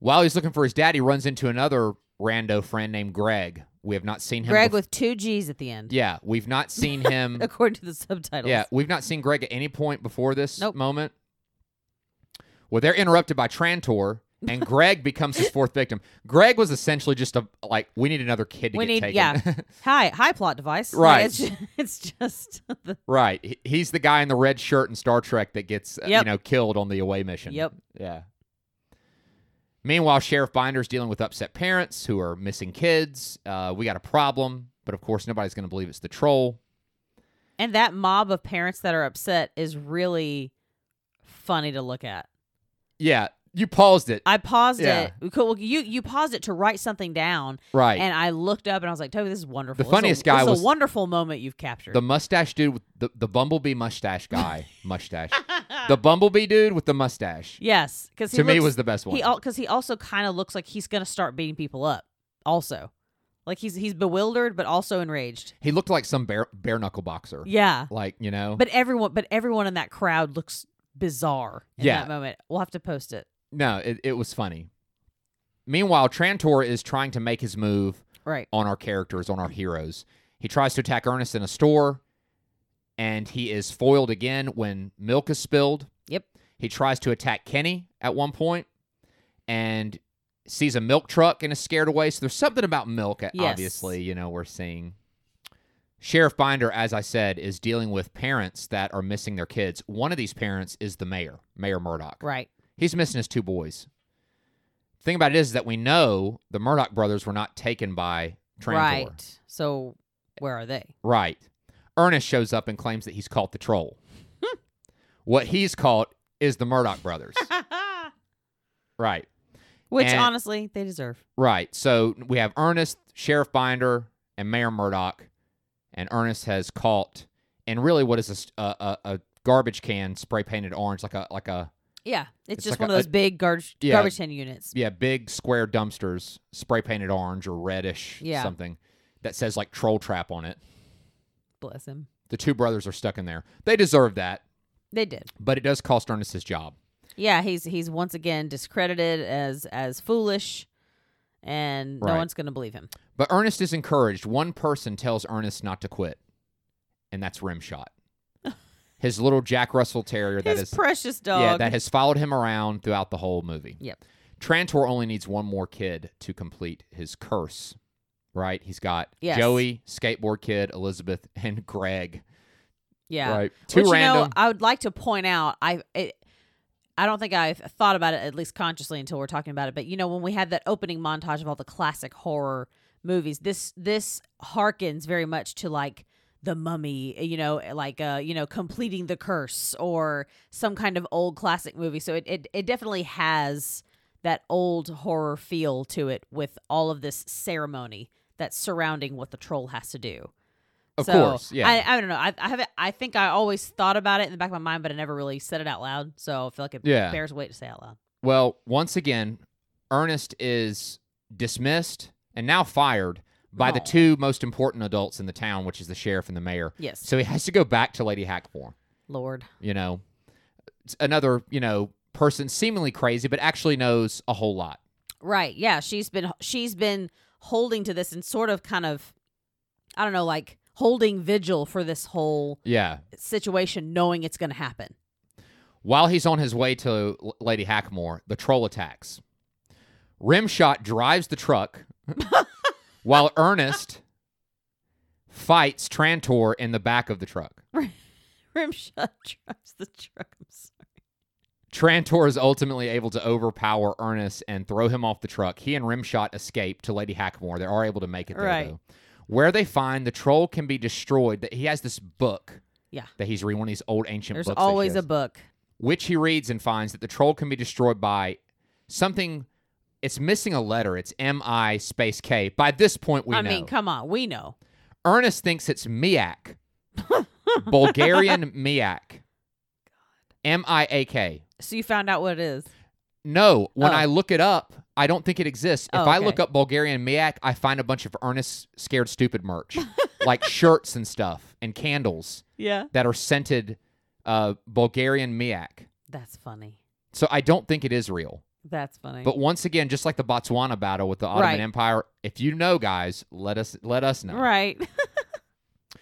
A: While he's looking for his dad, he runs into another rando friend named Greg. We have not seen him.
B: Greg
A: bef-
B: with two G's at the end,
A: Yeah, we've not seen him.
B: according to the subtitles.
A: yeah, we've not seen Greg at any point before this
B: Nope.
A: moment. Well, they're interrupted by Trantor, and Greg becomes his fourth victim. Greg was essentially just a like, we need another kid to
B: We
A: get
B: need-
A: taken.
B: yeah. Hi, hi, plot device. Like,
A: Right.
B: it's ju- it's just the
A: Right. He- He's the guy in the red shirt in Star Trek that gets, uh,
B: Yep.
A: you know, killed on the away mission.
B: Yep.
A: Yeah. Meanwhile, Sheriff Binder's dealing with upset parents who are missing kids. Uh, we got a problem, but of course, nobody's going to believe it's the troll.
B: And that mob of parents that are upset is really funny to look at.
A: Yeah. You paused it.
B: I paused
A: Yeah.
B: it. we could- well, you you paused it to write something down,
A: right.
B: and I looked up and I was like, "Toby, this is wonderful."
A: The
B: This is a-
A: funniest guy
B: this is
A: was-
B: a wonderful moment you've captured.
A: the mustache dude with the, the bumblebee mustache guy. mustache. The bumblebee dude with the mustache.
B: yes, because
A: to me was the best one.
B: he because he also kind of looks like he's gonna start beating people up. Also, like he's he's bewildered but also enraged.
A: he looked like some bare, bare knuckle boxer.
B: Yeah,
A: Like, you know.
B: but everyone but everyone in that crowd looks bizarre in
A: Yeah.
B: that moment. We'll have to post it.
A: no, it, it was funny. Meanwhile, Trantor is trying to make his move
B: Right.
A: on our characters, on our heroes. He tries to attack Ernest in a store, and he is foiled again when milk is spilled.
B: Yep.
A: He tries to attack Kenny at one point and sees a milk truck and is scared away. So there's something about milk, uh,
B: Yes.
A: obviously, you know, we're seeing. Sheriff Binder, as I said, is dealing with parents that are missing their kids. One of these parents is the mayor, Mayor Murdoch.
B: Right.
A: He's missing his two boys. The thing about it is that we know the Murdoch brothers were not taken by Trantor.
B: Right. So where are they?
A: Right. Ernest shows up and claims that he's caught the troll. what he's caught is the Murdoch brothers. right.
B: Which
A: And-
B: honestly, they deserve.
A: Right. So we have Ernest, Sheriff Binder, and Mayor Murdoch, and Ernest has caught in really what is a s- a, a, a garbage can spray painted orange, like a like a
B: Yeah, it's,
A: It's
B: just
A: like
B: one
A: a-
B: of those big garbage
A: Yeah.
B: garbage can units.
A: yeah big square dumpsters spray painted orange or reddish
B: Yeah.
A: something that says like troll trap on it.
B: Bless him.
A: The two brothers are stuck in there. They deserve that,
B: They did.
A: but it does cost Ernest his job.
B: Yeah, he's he's once again discredited as as foolish, and
A: Right.
B: no one's gonna believe him.
A: But Ernest is encouraged. One person tells Ernest not to quit, and that's Rimshot. His little Jack Russell Terrier that
B: His
A: is
B: precious dog.
A: yeah that has followed him around throughout the whole movie.
B: Yep.
A: Trantor only needs one more kid to complete his curse, right? He's got
B: Yes.
A: Joey, skateboard kid, Elizabeth, and Greg.
B: yeah.
A: Right, two
B: Which, you
A: random.
B: know, I would like to point out, I it, I don't think I've thought about it at least consciously until we're talking about it. But you know, when we had that opening montage of all the classic horror movies, this this harkens very much to like the mummy eh, you know like uh you know completing the curse or some kind of old classic movie so it it, it definitely has that old horror feel to it with all of this ceremony that's surrounding what the troll has to do
A: Of
B: So,
A: course, yeah.
B: I, I don't know. I, I haven't. I think I always thought about it in the back of my mind, but I never really said it out loud. So I feel like it
A: Yeah.
B: bears weight to say out loud.
A: Well, once again, Ernest is dismissed and now fired by the
B: Aw.
A: two most important adults in the town, which is the sheriff and the mayor.
B: Yes,
A: So he has to go back to Lady Hackmore.
B: Lord.
A: You know, It's another you know person seemingly crazy, but actually knows a whole lot.
B: Right. Yeah. She's been she's been holding to this and sort of kind of I don't know, like holding vigil for this whole
A: Yeah.
B: situation, knowing it's gonna happen.
A: While he's on his way to L- Lady Hackmore, the troll attacks. Rimshot drives the truck while Ernest fights Trantor in the back of the truck.
B: Rimshot drives the truck. I'm sorry.
A: Trantor is ultimately able to overpower Ernest and throw him off the truck. He and Rimshot escape to Lady Hackmore. They are able to make it there,
B: Right.
A: though. Where they find the troll can be destroyed. That he has this book.
B: Yeah.
A: That he's reading one of these old ancient
B: There's
A: books. that he
B: always a
A: has,
B: book.
A: which he reads and finds that the troll can be destroyed by something. It's missing a letter. It's M I space K. By this point, we
B: I
A: know.
B: mean, come on, we know.
A: Ernest thinks it's Miak, Bulgarian Miak, M I A K.
B: So you found out what it is.
A: No, when
B: Oh.
A: I look it up, I don't think it exists. If
B: Oh,
A: I
B: okay.
A: look up Bulgarian Miak, I find a bunch of Ernest Scared Stupid merch, like shirts and stuff and candles
B: Yeah.
A: that are scented uh, Bulgarian Miak.
B: That's funny.
A: So I don't think it is real.
B: That's funny.
A: But once again, just like the Botswana battle with the Ottoman
B: Right.
A: Empire, if you know, guys, let us let us know.
B: Right.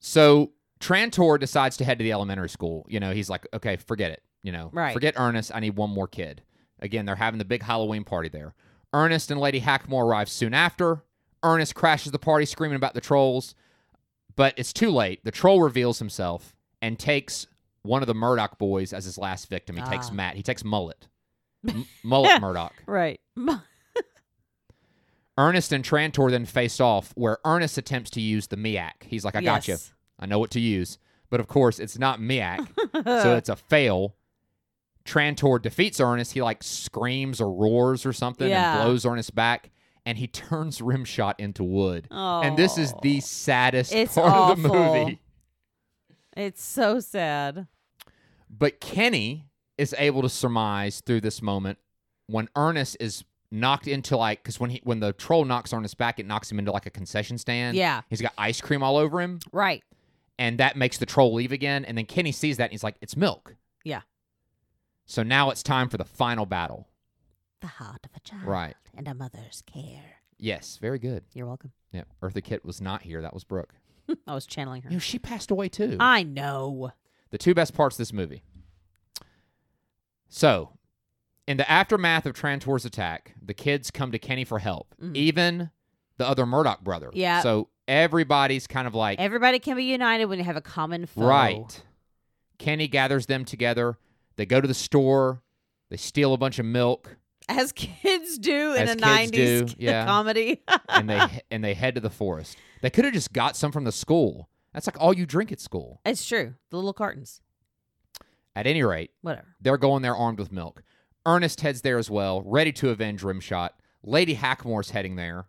A: So Trantor decides to head to the elementary school. You know, he's like, okay, forget it. You know,
B: Right.
A: forget Ernest. I need one more kid. Again, they're having the big Halloween party there. Ernest and Lady Hackmore arrive soon after. Ernest crashes the party screaming about the trolls, but it's too late. The troll reveals himself and takes one of the Murdoch boys as his last victim. He takes
B: Ah.
A: Matt. He takes Mullet. M- Mullet Murdoch.
B: right.
A: Ernest and Trantor then face off, where Ernest attempts to use the Miak. He's like, I got you. I know what to use. But of course, it's not Miak, so it's a fail. Trantor defeats Ernest. He like screams or roars or something
B: Yeah.
A: and blows Ernest back, and he turns Rimshot into wood.
B: oh.
A: And this is the saddest
B: It's
A: part of the
B: awful.
A: movie.
B: It's so sad.
A: But Kenny is able to surmise through this moment when Ernest is knocked into like because when he when the troll knocks Ernest back, it knocks him into like a concession stand.
B: yeah.
A: He's got ice cream all over him,
B: Right.
A: and that makes the troll leave again. And then Kenny sees that and he's like, "It's milk."
B: Yeah.
A: So now it's time for the final battle.
B: The heart of a child.
A: Right.
B: And a mother's care.
A: Yes, very good.
B: You're welcome.
A: Yeah, Eartha Kitt was not here. That was Brooke.
B: I was channeling her.
A: You know, she passed away too.
B: I know.
A: the two best parts of this movie. So, in the aftermath of Trantor's attack, the kids come to Kenny for help.
B: Mhm.
A: Even the other Murdoch brother.
B: Yeah.
A: So everybody's kind of like
B: Everybody can be united when you have a common foe.
A: Right. Kenny gathers them together. They go to the store. They steal a bunch of milk
B: As kids do in
A: As
B: a
A: kids
B: 90s
A: do,
B: kid
A: yeah.
B: comedy.
A: and they and they head to the forest. They could have just got some from the school. That's like all you drink at school.
B: it's true. The little cartons.
A: At any rate,
B: Whatever.
A: they're going there armed with milk. Ernest heads there as well, ready to avenge Rimshot. Lady Hackmore's heading there.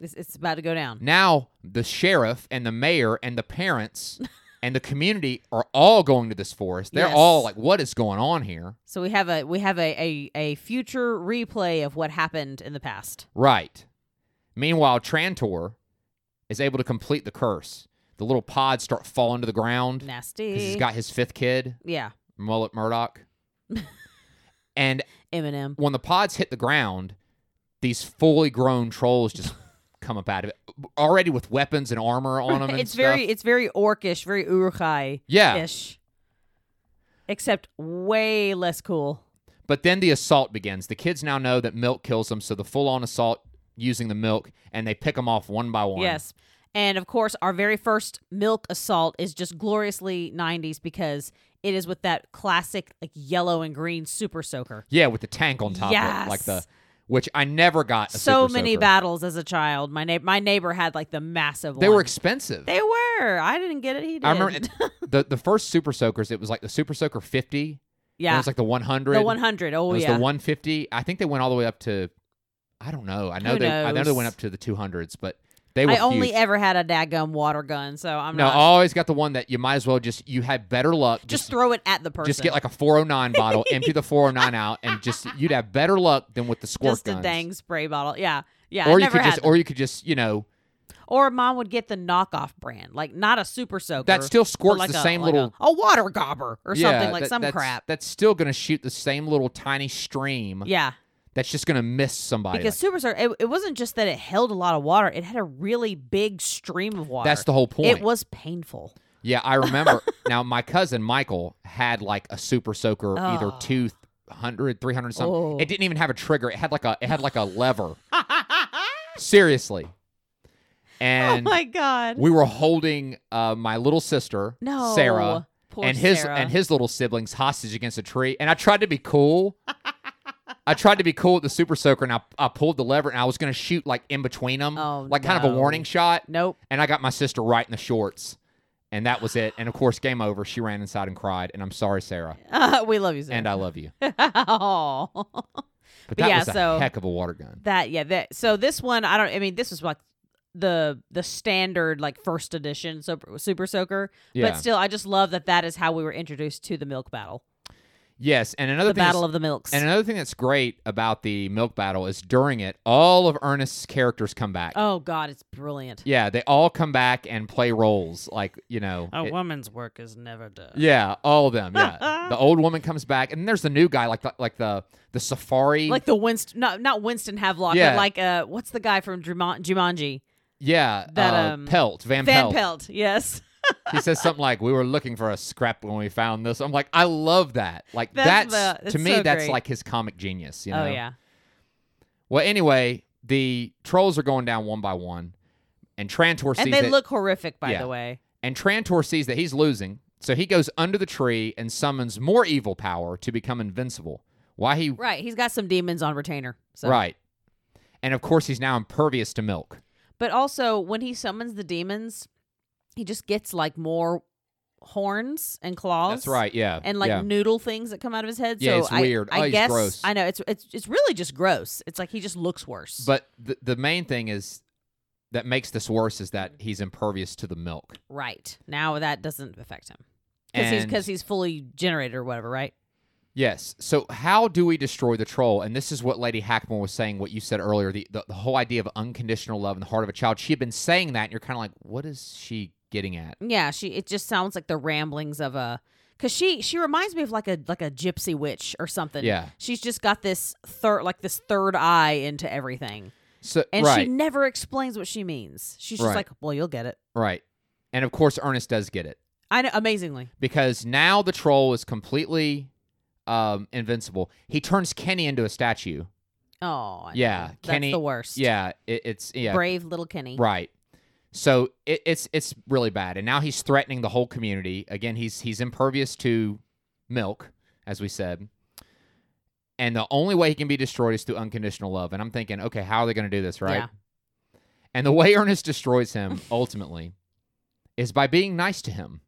B: It's, it's about to go down.
A: Now the sheriff and the mayor and the parents and the community are all going to this forest. They're
B: Yes.
A: all like, "What is going on here?"
B: So we have a we have a, a, a future replay of what happened in the past.
A: Right. Meanwhile, Trantor is able to complete the curse. The little pods start falling to the ground
B: Nasty.
A: because he's got his fifth kid,
B: yeah.
A: Mullet Murdoch. and
B: Eminem.
A: when the pods hit the ground, these fully grown trolls just come up out of it, already with weapons and armor on them. And
B: it's
A: stuff.
B: very it's very orcish, very urukai
A: yeah.
B: ish. Except way less cool.
A: But then the assault begins. The kids now know that milk kills them, so the full-on assault using the milk, and they pick them off one by one.
B: Yes. And of course, our very first milk assault is just gloriously 90s because it is with that classic like yellow and green super soaker.
A: Yeah, with the tank on top of it, like
B: Yes.
A: the which I never got. a
B: so
A: Super
B: many
A: Soaker.
B: battles as a child. My na- my neighbor had like the massive.
A: They
B: one.
A: were expensive.
B: They were. I didn't get it. He did.
A: I remember the the first Super Soakers. It was like the Super Soaker fifty. and it
B: yeah.
A: was like the one hundred.
B: The 100.
A: It
B: Oh,
A: was
B: yeah.
A: the one fifty. I think they went all the way up to. I don't know. I know
B: Who
A: they. I know they
B: knows?
A: went up to the two hundreds, but they were.
B: I only
A: huge.
B: ever had a daggum water gun, so I'm
A: no,
B: not.
A: I always got the one that you might as well just. You had better luck.
B: just, throw it at the person.
A: Just get like a 409 bottle, empty the 409 out, and just you'd have better luck than with the squirt
B: just a
A: guns.
B: dang spray bottle. Yeah. Yeah. I
A: or you
B: never
A: could
B: had
A: just,
B: them.
A: or you could just, you know,
B: or, mom would get the knockoff brand, like not a super soaker.
A: that still
B: but
A: squirts
B: like
A: the
B: a-
A: same
B: like
A: little
B: a, a water gobber or
A: yeah,
B: something like
A: that-
B: some
A: that's-
B: crap.
A: That's still gonna shoot the same little tiny stream.
B: Yeah,
A: That's just gonna miss somebody.
B: because super soaker, it, it wasn't just that it held a lot of water; it had a really big stream of
A: Like,
B: water.
A: that's the whole point.
B: It was painful.
A: yeah, I remember. now my cousin Michael had like a super soaker, either
B: Oh.
A: 200, 300 something.
B: Oh.
A: It didn't even have a trigger. It had like a, it had like a lever. Seriously.
B: oh
A: And
B: my god!
A: we were holding uh, my little sister
B: no,
A: sarah
B: Poor
A: and his
B: Sarah.
A: and his little siblings hostage against a tree and i tried to be cool i tried to be cool with the super soaker and i, I pulled the lever and i was going to shoot like in between them
B: Oh,
A: like kind of a
B: no.
A: warning shot
B: Nope.
A: and i got my sister right in the shorts and that was it and of course game over she ran inside and cried and i'm sorry sarah
B: Uh, we love you, Sarah.
A: and i love you
B: oh.
A: but
B: But
A: that
B: yeah,
A: was a
B: so-
A: heck of a water gun
B: That yeah, that so this one I don't I mean this was like the the standard like first edition super, super soaker,
A: yeah
B: but still I just love that that is how we were introduced to the milk battle.
A: yes and another
B: The
A: thing that's-
B: battle of the milks.
A: and another thing that's great about the milk battle is during it all of ernest's characters come back
B: oh god, it's brilliant.
A: Yeah, they all come back and play roles. Like, you know.
B: Oh,
A: it-
B: woman's work is never done.
A: yeah, all of them. Yeah. the old woman comes back and then there's the new guy like the like the the safari.
B: Like the Winston not not Winston Havelock,
A: Yeah.
B: but like uh what's the guy from Juman- Jumanji?
A: yeah,
B: that,
A: uh,
B: um,
A: Pelt, Van,
B: Van
A: Pelt.
B: Pelt, yes.
A: He says something like we were looking for a scrap when we found this. I'm like, I love that. Like
B: That's
A: that's,
B: the-
A: to
B: it's
A: me
B: so
A: that's
B: great.
A: like his comic genius, you know.
B: Oh yeah.
A: Well, anyway, the trolls are going down one by one and Trantor sees
B: And they
A: that-
B: look horrific by
A: Yeah.
B: the way.
A: And Trantor sees that he's losing, so he goes under the tree and summons more evil power to become invincible. Why he
B: Right, he's got some demons on retainer. So
A: right. And of course he's now impervious to milk.
B: But also, when he summons the demons, he just gets like more horns and claws.
A: That's right, yeah.
B: And like
A: yeah.
B: noodle things that come out of his head.
A: Yeah,
B: so
A: it's
B: I,
A: weird.
B: I
A: Oh, he's
B: guess
A: gross.
B: I know it's it's it's really just gross. It's like he just looks worse.
A: But the the main thing is that makes this worse is that he's impervious to the milk.
B: right now, that doesn't affect him because he's
A: And-
B: because he's fully generated or whatever. Right?
A: Yes. So how do we destroy the troll? And this is what Lady Hackman was saying, what you said earlier, the, the, the whole idea of unconditional love in the heart of a child. She had been saying that and you're kinda like, what is she getting at?
B: Yeah. She. It just sounds like the ramblings of a. Cause she she reminds me of like a like a gypsy witch or something.
A: Yeah.
B: She's just got this third like this third eye into everything.
A: So
B: And
A: right.
B: she never explains what she means. She's just
A: Right.
B: like, "Well, you'll get it."
A: Right. And of course, Ernest does get it
B: I know, amazingly.
A: because now the troll is completely um, invincible. He turns Kenny into a statue.
B: Oh, I know.
A: Yeah,
B: that's
A: Kenny-
B: the worst.
A: Yeah, it, it's yeah,
B: brave little Kenny.
A: right. So it, it's it's really bad, and now he's threatening the whole community. Again, he's he's impervious to milk, as we said. And the only way he can be destroyed is through unconditional love. And I'm thinking, okay, how are they going to do this, right?
B: Yeah.
A: And the way Ernest destroys him ultimately is by being nice to him.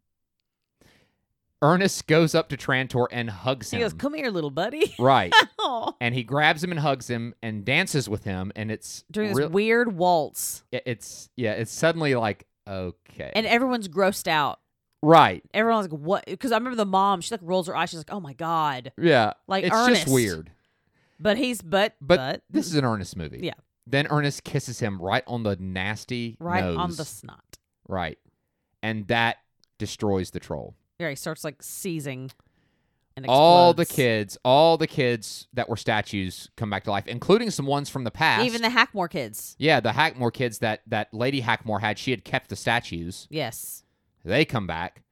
A: Ernest goes up to Trantor and hugs
B: He
A: him.
B: goes, "Come here, little buddy." Oh,
A: right.
B: Aw.
A: And he grabs him and hugs him and dances with him. And it's
B: During this
A: real-
B: weird waltz,
A: it- it's yeah, it's suddenly like okay,
B: and everyone's grossed out.
A: right,
B: Everyone's like, "What?" Because I remember the mom. She like rolls her eyes. She's like, "Oh my god!"
A: yeah,
B: Like
A: it's
B: Ernest.
A: just weird.
B: But he's but
A: But,
B: but,
A: this is an Ernest movie.
B: Yeah.
A: Then Ernest kisses him right on the nasty
B: right on
A: nose.
B: the snot.
A: right, and that destroys the troll.
B: Yeah, he starts like seizing. And
A: all the
B: explodes.
A: kids, all the kids that were statues come back to life, including some ones from the past.
B: even the Hackmore kids.
A: yeah, the Hackmore kids that that Lady Hackmore had, she had kept the statues.
B: Yes.
A: They come back.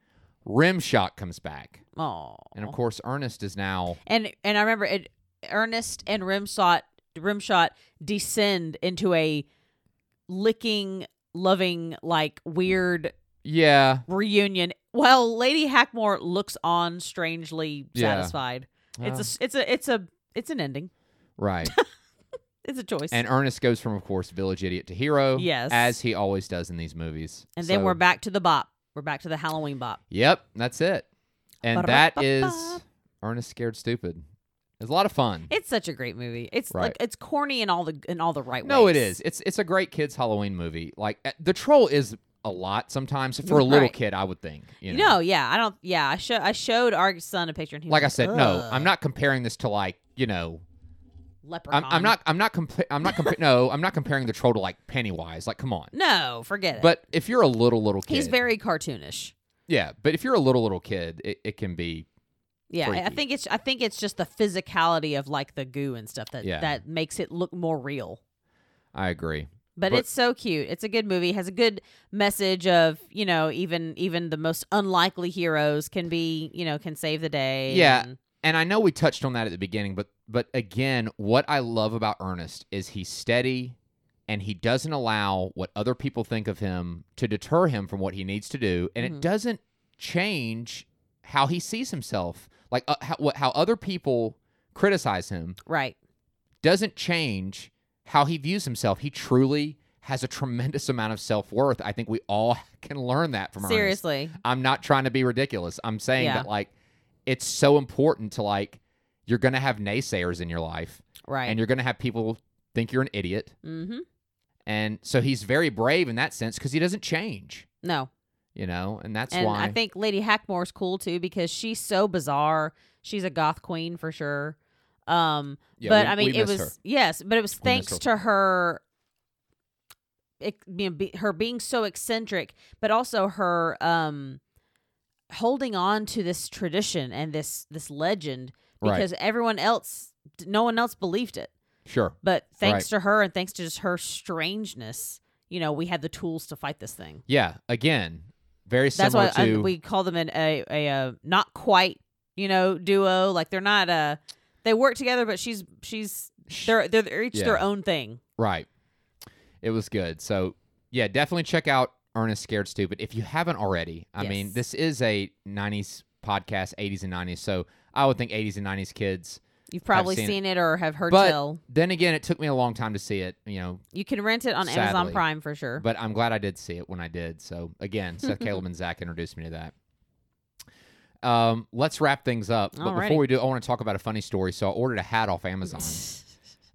A: Rimshot comes back,
B: Oh.
A: and of course Ernest is now
B: And and I remember it, Ernest and Rimshot Rimshot descend into a licking, loving, like weird
A: yeah
B: reunion. While Lady Hackmore looks on, strangely
A: Yeah.
B: satisfied.
A: uh,
B: It's a it's a it's a it's an ending.
A: right.
B: It's a choice.
A: And
B: And,
A: Ernest goes from, of course, village idiot to hero.
B: Yes.
A: As he always does in these movies.
B: then
A: So-
B: we're back to the bop. We're back to the Halloween bop.
A: Yep, that's it. And that is
B: Ba-da-ba-ba-ba.
A: Ernest Scared Stupid. It's a lot of fun.
B: It's such a great movie. It's
A: Right.
B: like it's corny in all the in all the right ways.
A: No, it is. It's it's a great kids Halloween movie. Like uh, the troll is a lot sometimes for a little
B: Right.
A: kid. I would think. You know.
B: No, yeah, I don't. Yeah, I show I showed our son a picture and he was
A: Like I said, no,
B: "Ugh,
A: I'm not comparing this to like you know.
B: Leprechaun.
A: I'm, I'm not. I'm not. Compa- I'm not. Compa- no, I'm not comparing the troll to like Pennywise. Like, come on.
B: No, forget it.
A: But if you're a little little kid,
B: he's very cartoonish.
A: yeah. But if you're a little little kid, it, it can be
B: Yeah, I- I
A: Freaky.
B: think it's I think it's just the physicality of like the goo and stuff that
A: Yeah.
B: that makes it look more real.
A: I agree.
B: But,
A: But-
B: it's so cute. It's a good movie. Has a good message of you know even even the most unlikely heroes can be you know can save the day.
A: Yeah.
B: and-
A: And I know we touched on that at the beginning, but but again, what I love about Ernest is he's steady and he doesn't allow what other people think of him to deter him from what he needs to do, and
B: Mhm.
A: it doesn't change how he sees himself. Like uh, how what, how other people criticize him
B: right.
A: doesn't change how he views himself. He truly has a tremendous amount of self-worth. I think we all can learn that from Ernest.
B: Seriously,
A: I'm not trying to be ridiculous. I'm saying
B: Yeah.
A: that like it's so important to like you're going to have naysayers in your life
B: right.
A: and you're going to have people think you're an idiot.
B: mm-hmm.
A: And so he's very brave in that sense cuz he doesn't change,
B: No,
A: you know? And that's
B: and
A: why
B: I think Lady Hackmore's cool too because she's so bizarre. She's a goth queen for sure. Um,
A: Yeah,
B: but
A: we-
B: I mean,
A: we
B: it was
A: miss her.
B: yes, but it was thanks
A: her.
B: to her, it, you know, be, her being so eccentric, but also her um, holding on to this tradition and this this legend
A: Right.
B: because everyone else, no one else believed it.
A: sure.
B: But thanks to her and thanks to just her strangeness, you know, we had the tools to fight this thing.
A: Yeah, again, very
B: That's
A: similar
B: why uh,
A: to
B: we call them an, a, a uh not quite you know duo. Like they're not a they work together, but she's she's they're they're, they're each their
A: Yeah.
B: own thing.
A: right. It was good. So, yeah, definitely check out Ernest Scared Stupid if you haven't already. I mean,
B: Yes.
A: this is a 90s podcast, 80s and 90s. So, I would think 80s and 90s kids
B: You've probably
A: seen
B: seen,
A: it.
B: it or have heard
A: But-
B: tell.
A: Then again, it took me a long time to see it, you know,
B: You can rent it on Amazon
A: Sadly.
B: Prime for sure.
A: but I'm glad I did see it when I did. So again, Seth Caleb and Zach introduced me to that. Um, let's wrap things up. But
B: Alrighty.
A: before we do, I want to talk about a funny story. So I ordered a hat off Amazon.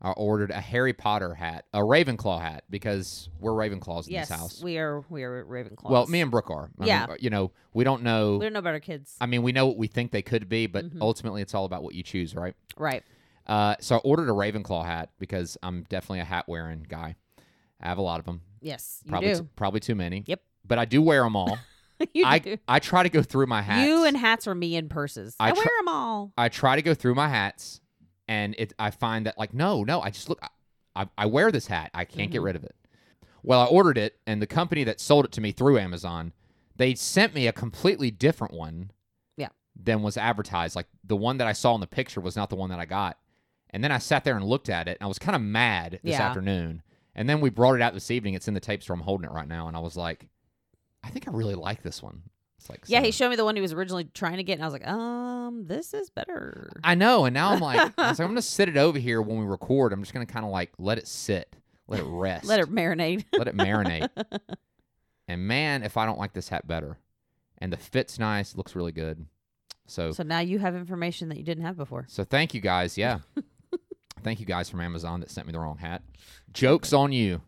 A: I ordered a Harry Potter hat, a Ravenclaw hat, because we're Ravenclaws in
B: yes,
A: this house.
B: we are we are Ravenclaw.
A: well, me and Brooke are. I mean,
B: Yeah.
A: you know, we don't know.
B: we're no better kids,
A: I mean, we know what we think they could be, but
B: Mhm.
A: ultimately, it's all about what you choose, right?
B: right?
A: Uh, so I ordered a Ravenclaw hat because I'm definitely a hat wearing guy. I have a lot of them.
B: Yes, you
A: Probably,
B: do.
A: t- probably too many.
B: Yep.
A: But I do wear them all.
B: you
A: I
B: do.
A: I try to go through my hats.
B: You and hats are me in purses. I,
A: I
B: wear 'em
A: tr-
B: wear them all.
A: I try to go through my hats, and it I find that like no no I just look I, I wear this hat I can't get
B: Mhm.
A: rid of it. Well, I ordered it, and the company that sold it to me through Amazon, they sent me a completely different one.
B: Yeah.
A: Than was advertised. Like the one that I saw in the picture was not the one that I got. And then I sat there and looked at it, and I was kind of mad this
B: Yeah.
A: afternoon. And then we brought it out this evening. It's in the tape store. I'm holding it right now, and I was like, I think I really like this one. It's like
B: Yeah, he
A: so-
B: showed me the one he was originally trying to get, and I was like, um, this is better.
A: I know, and now I'm like, I was like, I'm gonna sit it over here when we record. I'm just gonna kind of like let it sit, let it rest,
B: Let it marinate.
A: let it marinate. and man, if I don't like this hat better, and the fit's nice, looks really good. So, so,
B: So now you have information that you didn't have before.
A: thank you guys. Yeah, thank you guys from Amazon that sent me the wrong hat. Jokes on you.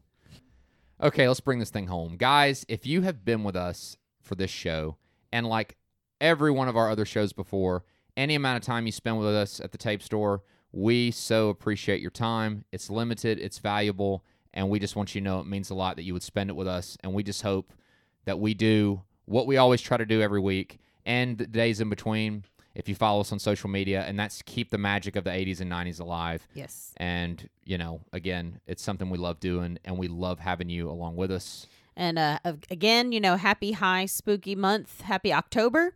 A: Okay, let's bring this thing home, guys. If you have been with us for this show, and like every one of our other shows before, any amount of time you spend with us at the tape store, we so appreciate your time. It's limited, it's valuable, and we just want you to know it means a lot that you would spend it with us. And we just hope that we do what we always try to do every week and the days in between. If you follow us on social media, and that's keep the magic of the 80s and 90s alive.
B: Yes.
A: And, you know, again, it's something we love doing, and we love having you along with us.
B: And uh, ag- again, you know, happy high spooky month, happy October.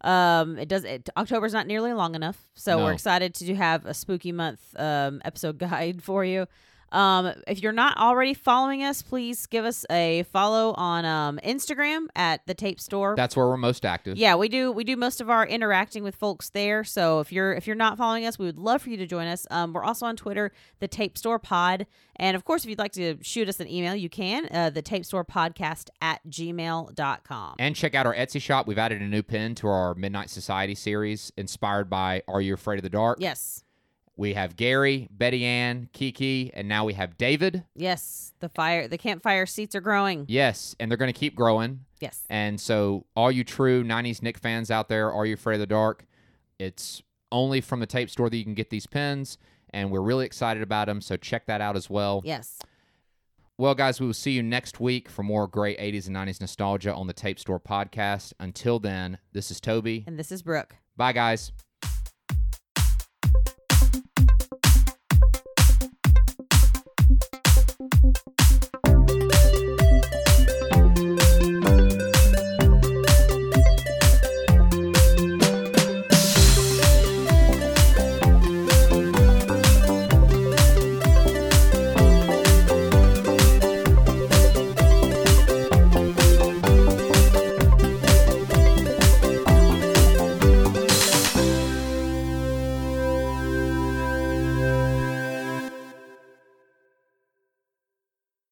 B: Um, it does. It, October's not nearly long enough, so
A: No.
B: we're excited to have a spooky month um, episode guide for you. Um, if you're not already following us, please give us a follow on um, Instagram at the Tape Store.
A: That's where we're most active.
B: yeah, we do we do most of our interacting with folks there. So if you're if you're not following us, we would love for you to join us. Um, we're also on Twitter, the Tape Store Pod, and of course, if you'd like to shoot us an email, you can uh, the Tape Store Podcast at gmail.com.
A: And check out our Etsy shop. We've added a new pin to our Midnight Society series inspired by Are You Afraid of the Dark?
B: Yes,
A: We have Gary, Betty Ann, Kiki, and now we have David.
B: yes, the fire the campfire seats are growing.
A: Yes, and they're going to keep growing.
B: Yes,
A: And so, all you true 90s Nick fans out there, Are You Afraid of the Dark? It's only from the tape store that you can get these pins, and we're really excited about them. So, check that out as well.
B: yes.
A: Well, guys, we will see you next week for more great 80s and 90s nostalgia on the Tape Store podcast. Until then, this is Toby.
B: And this is Brooke.
A: Bye, guys.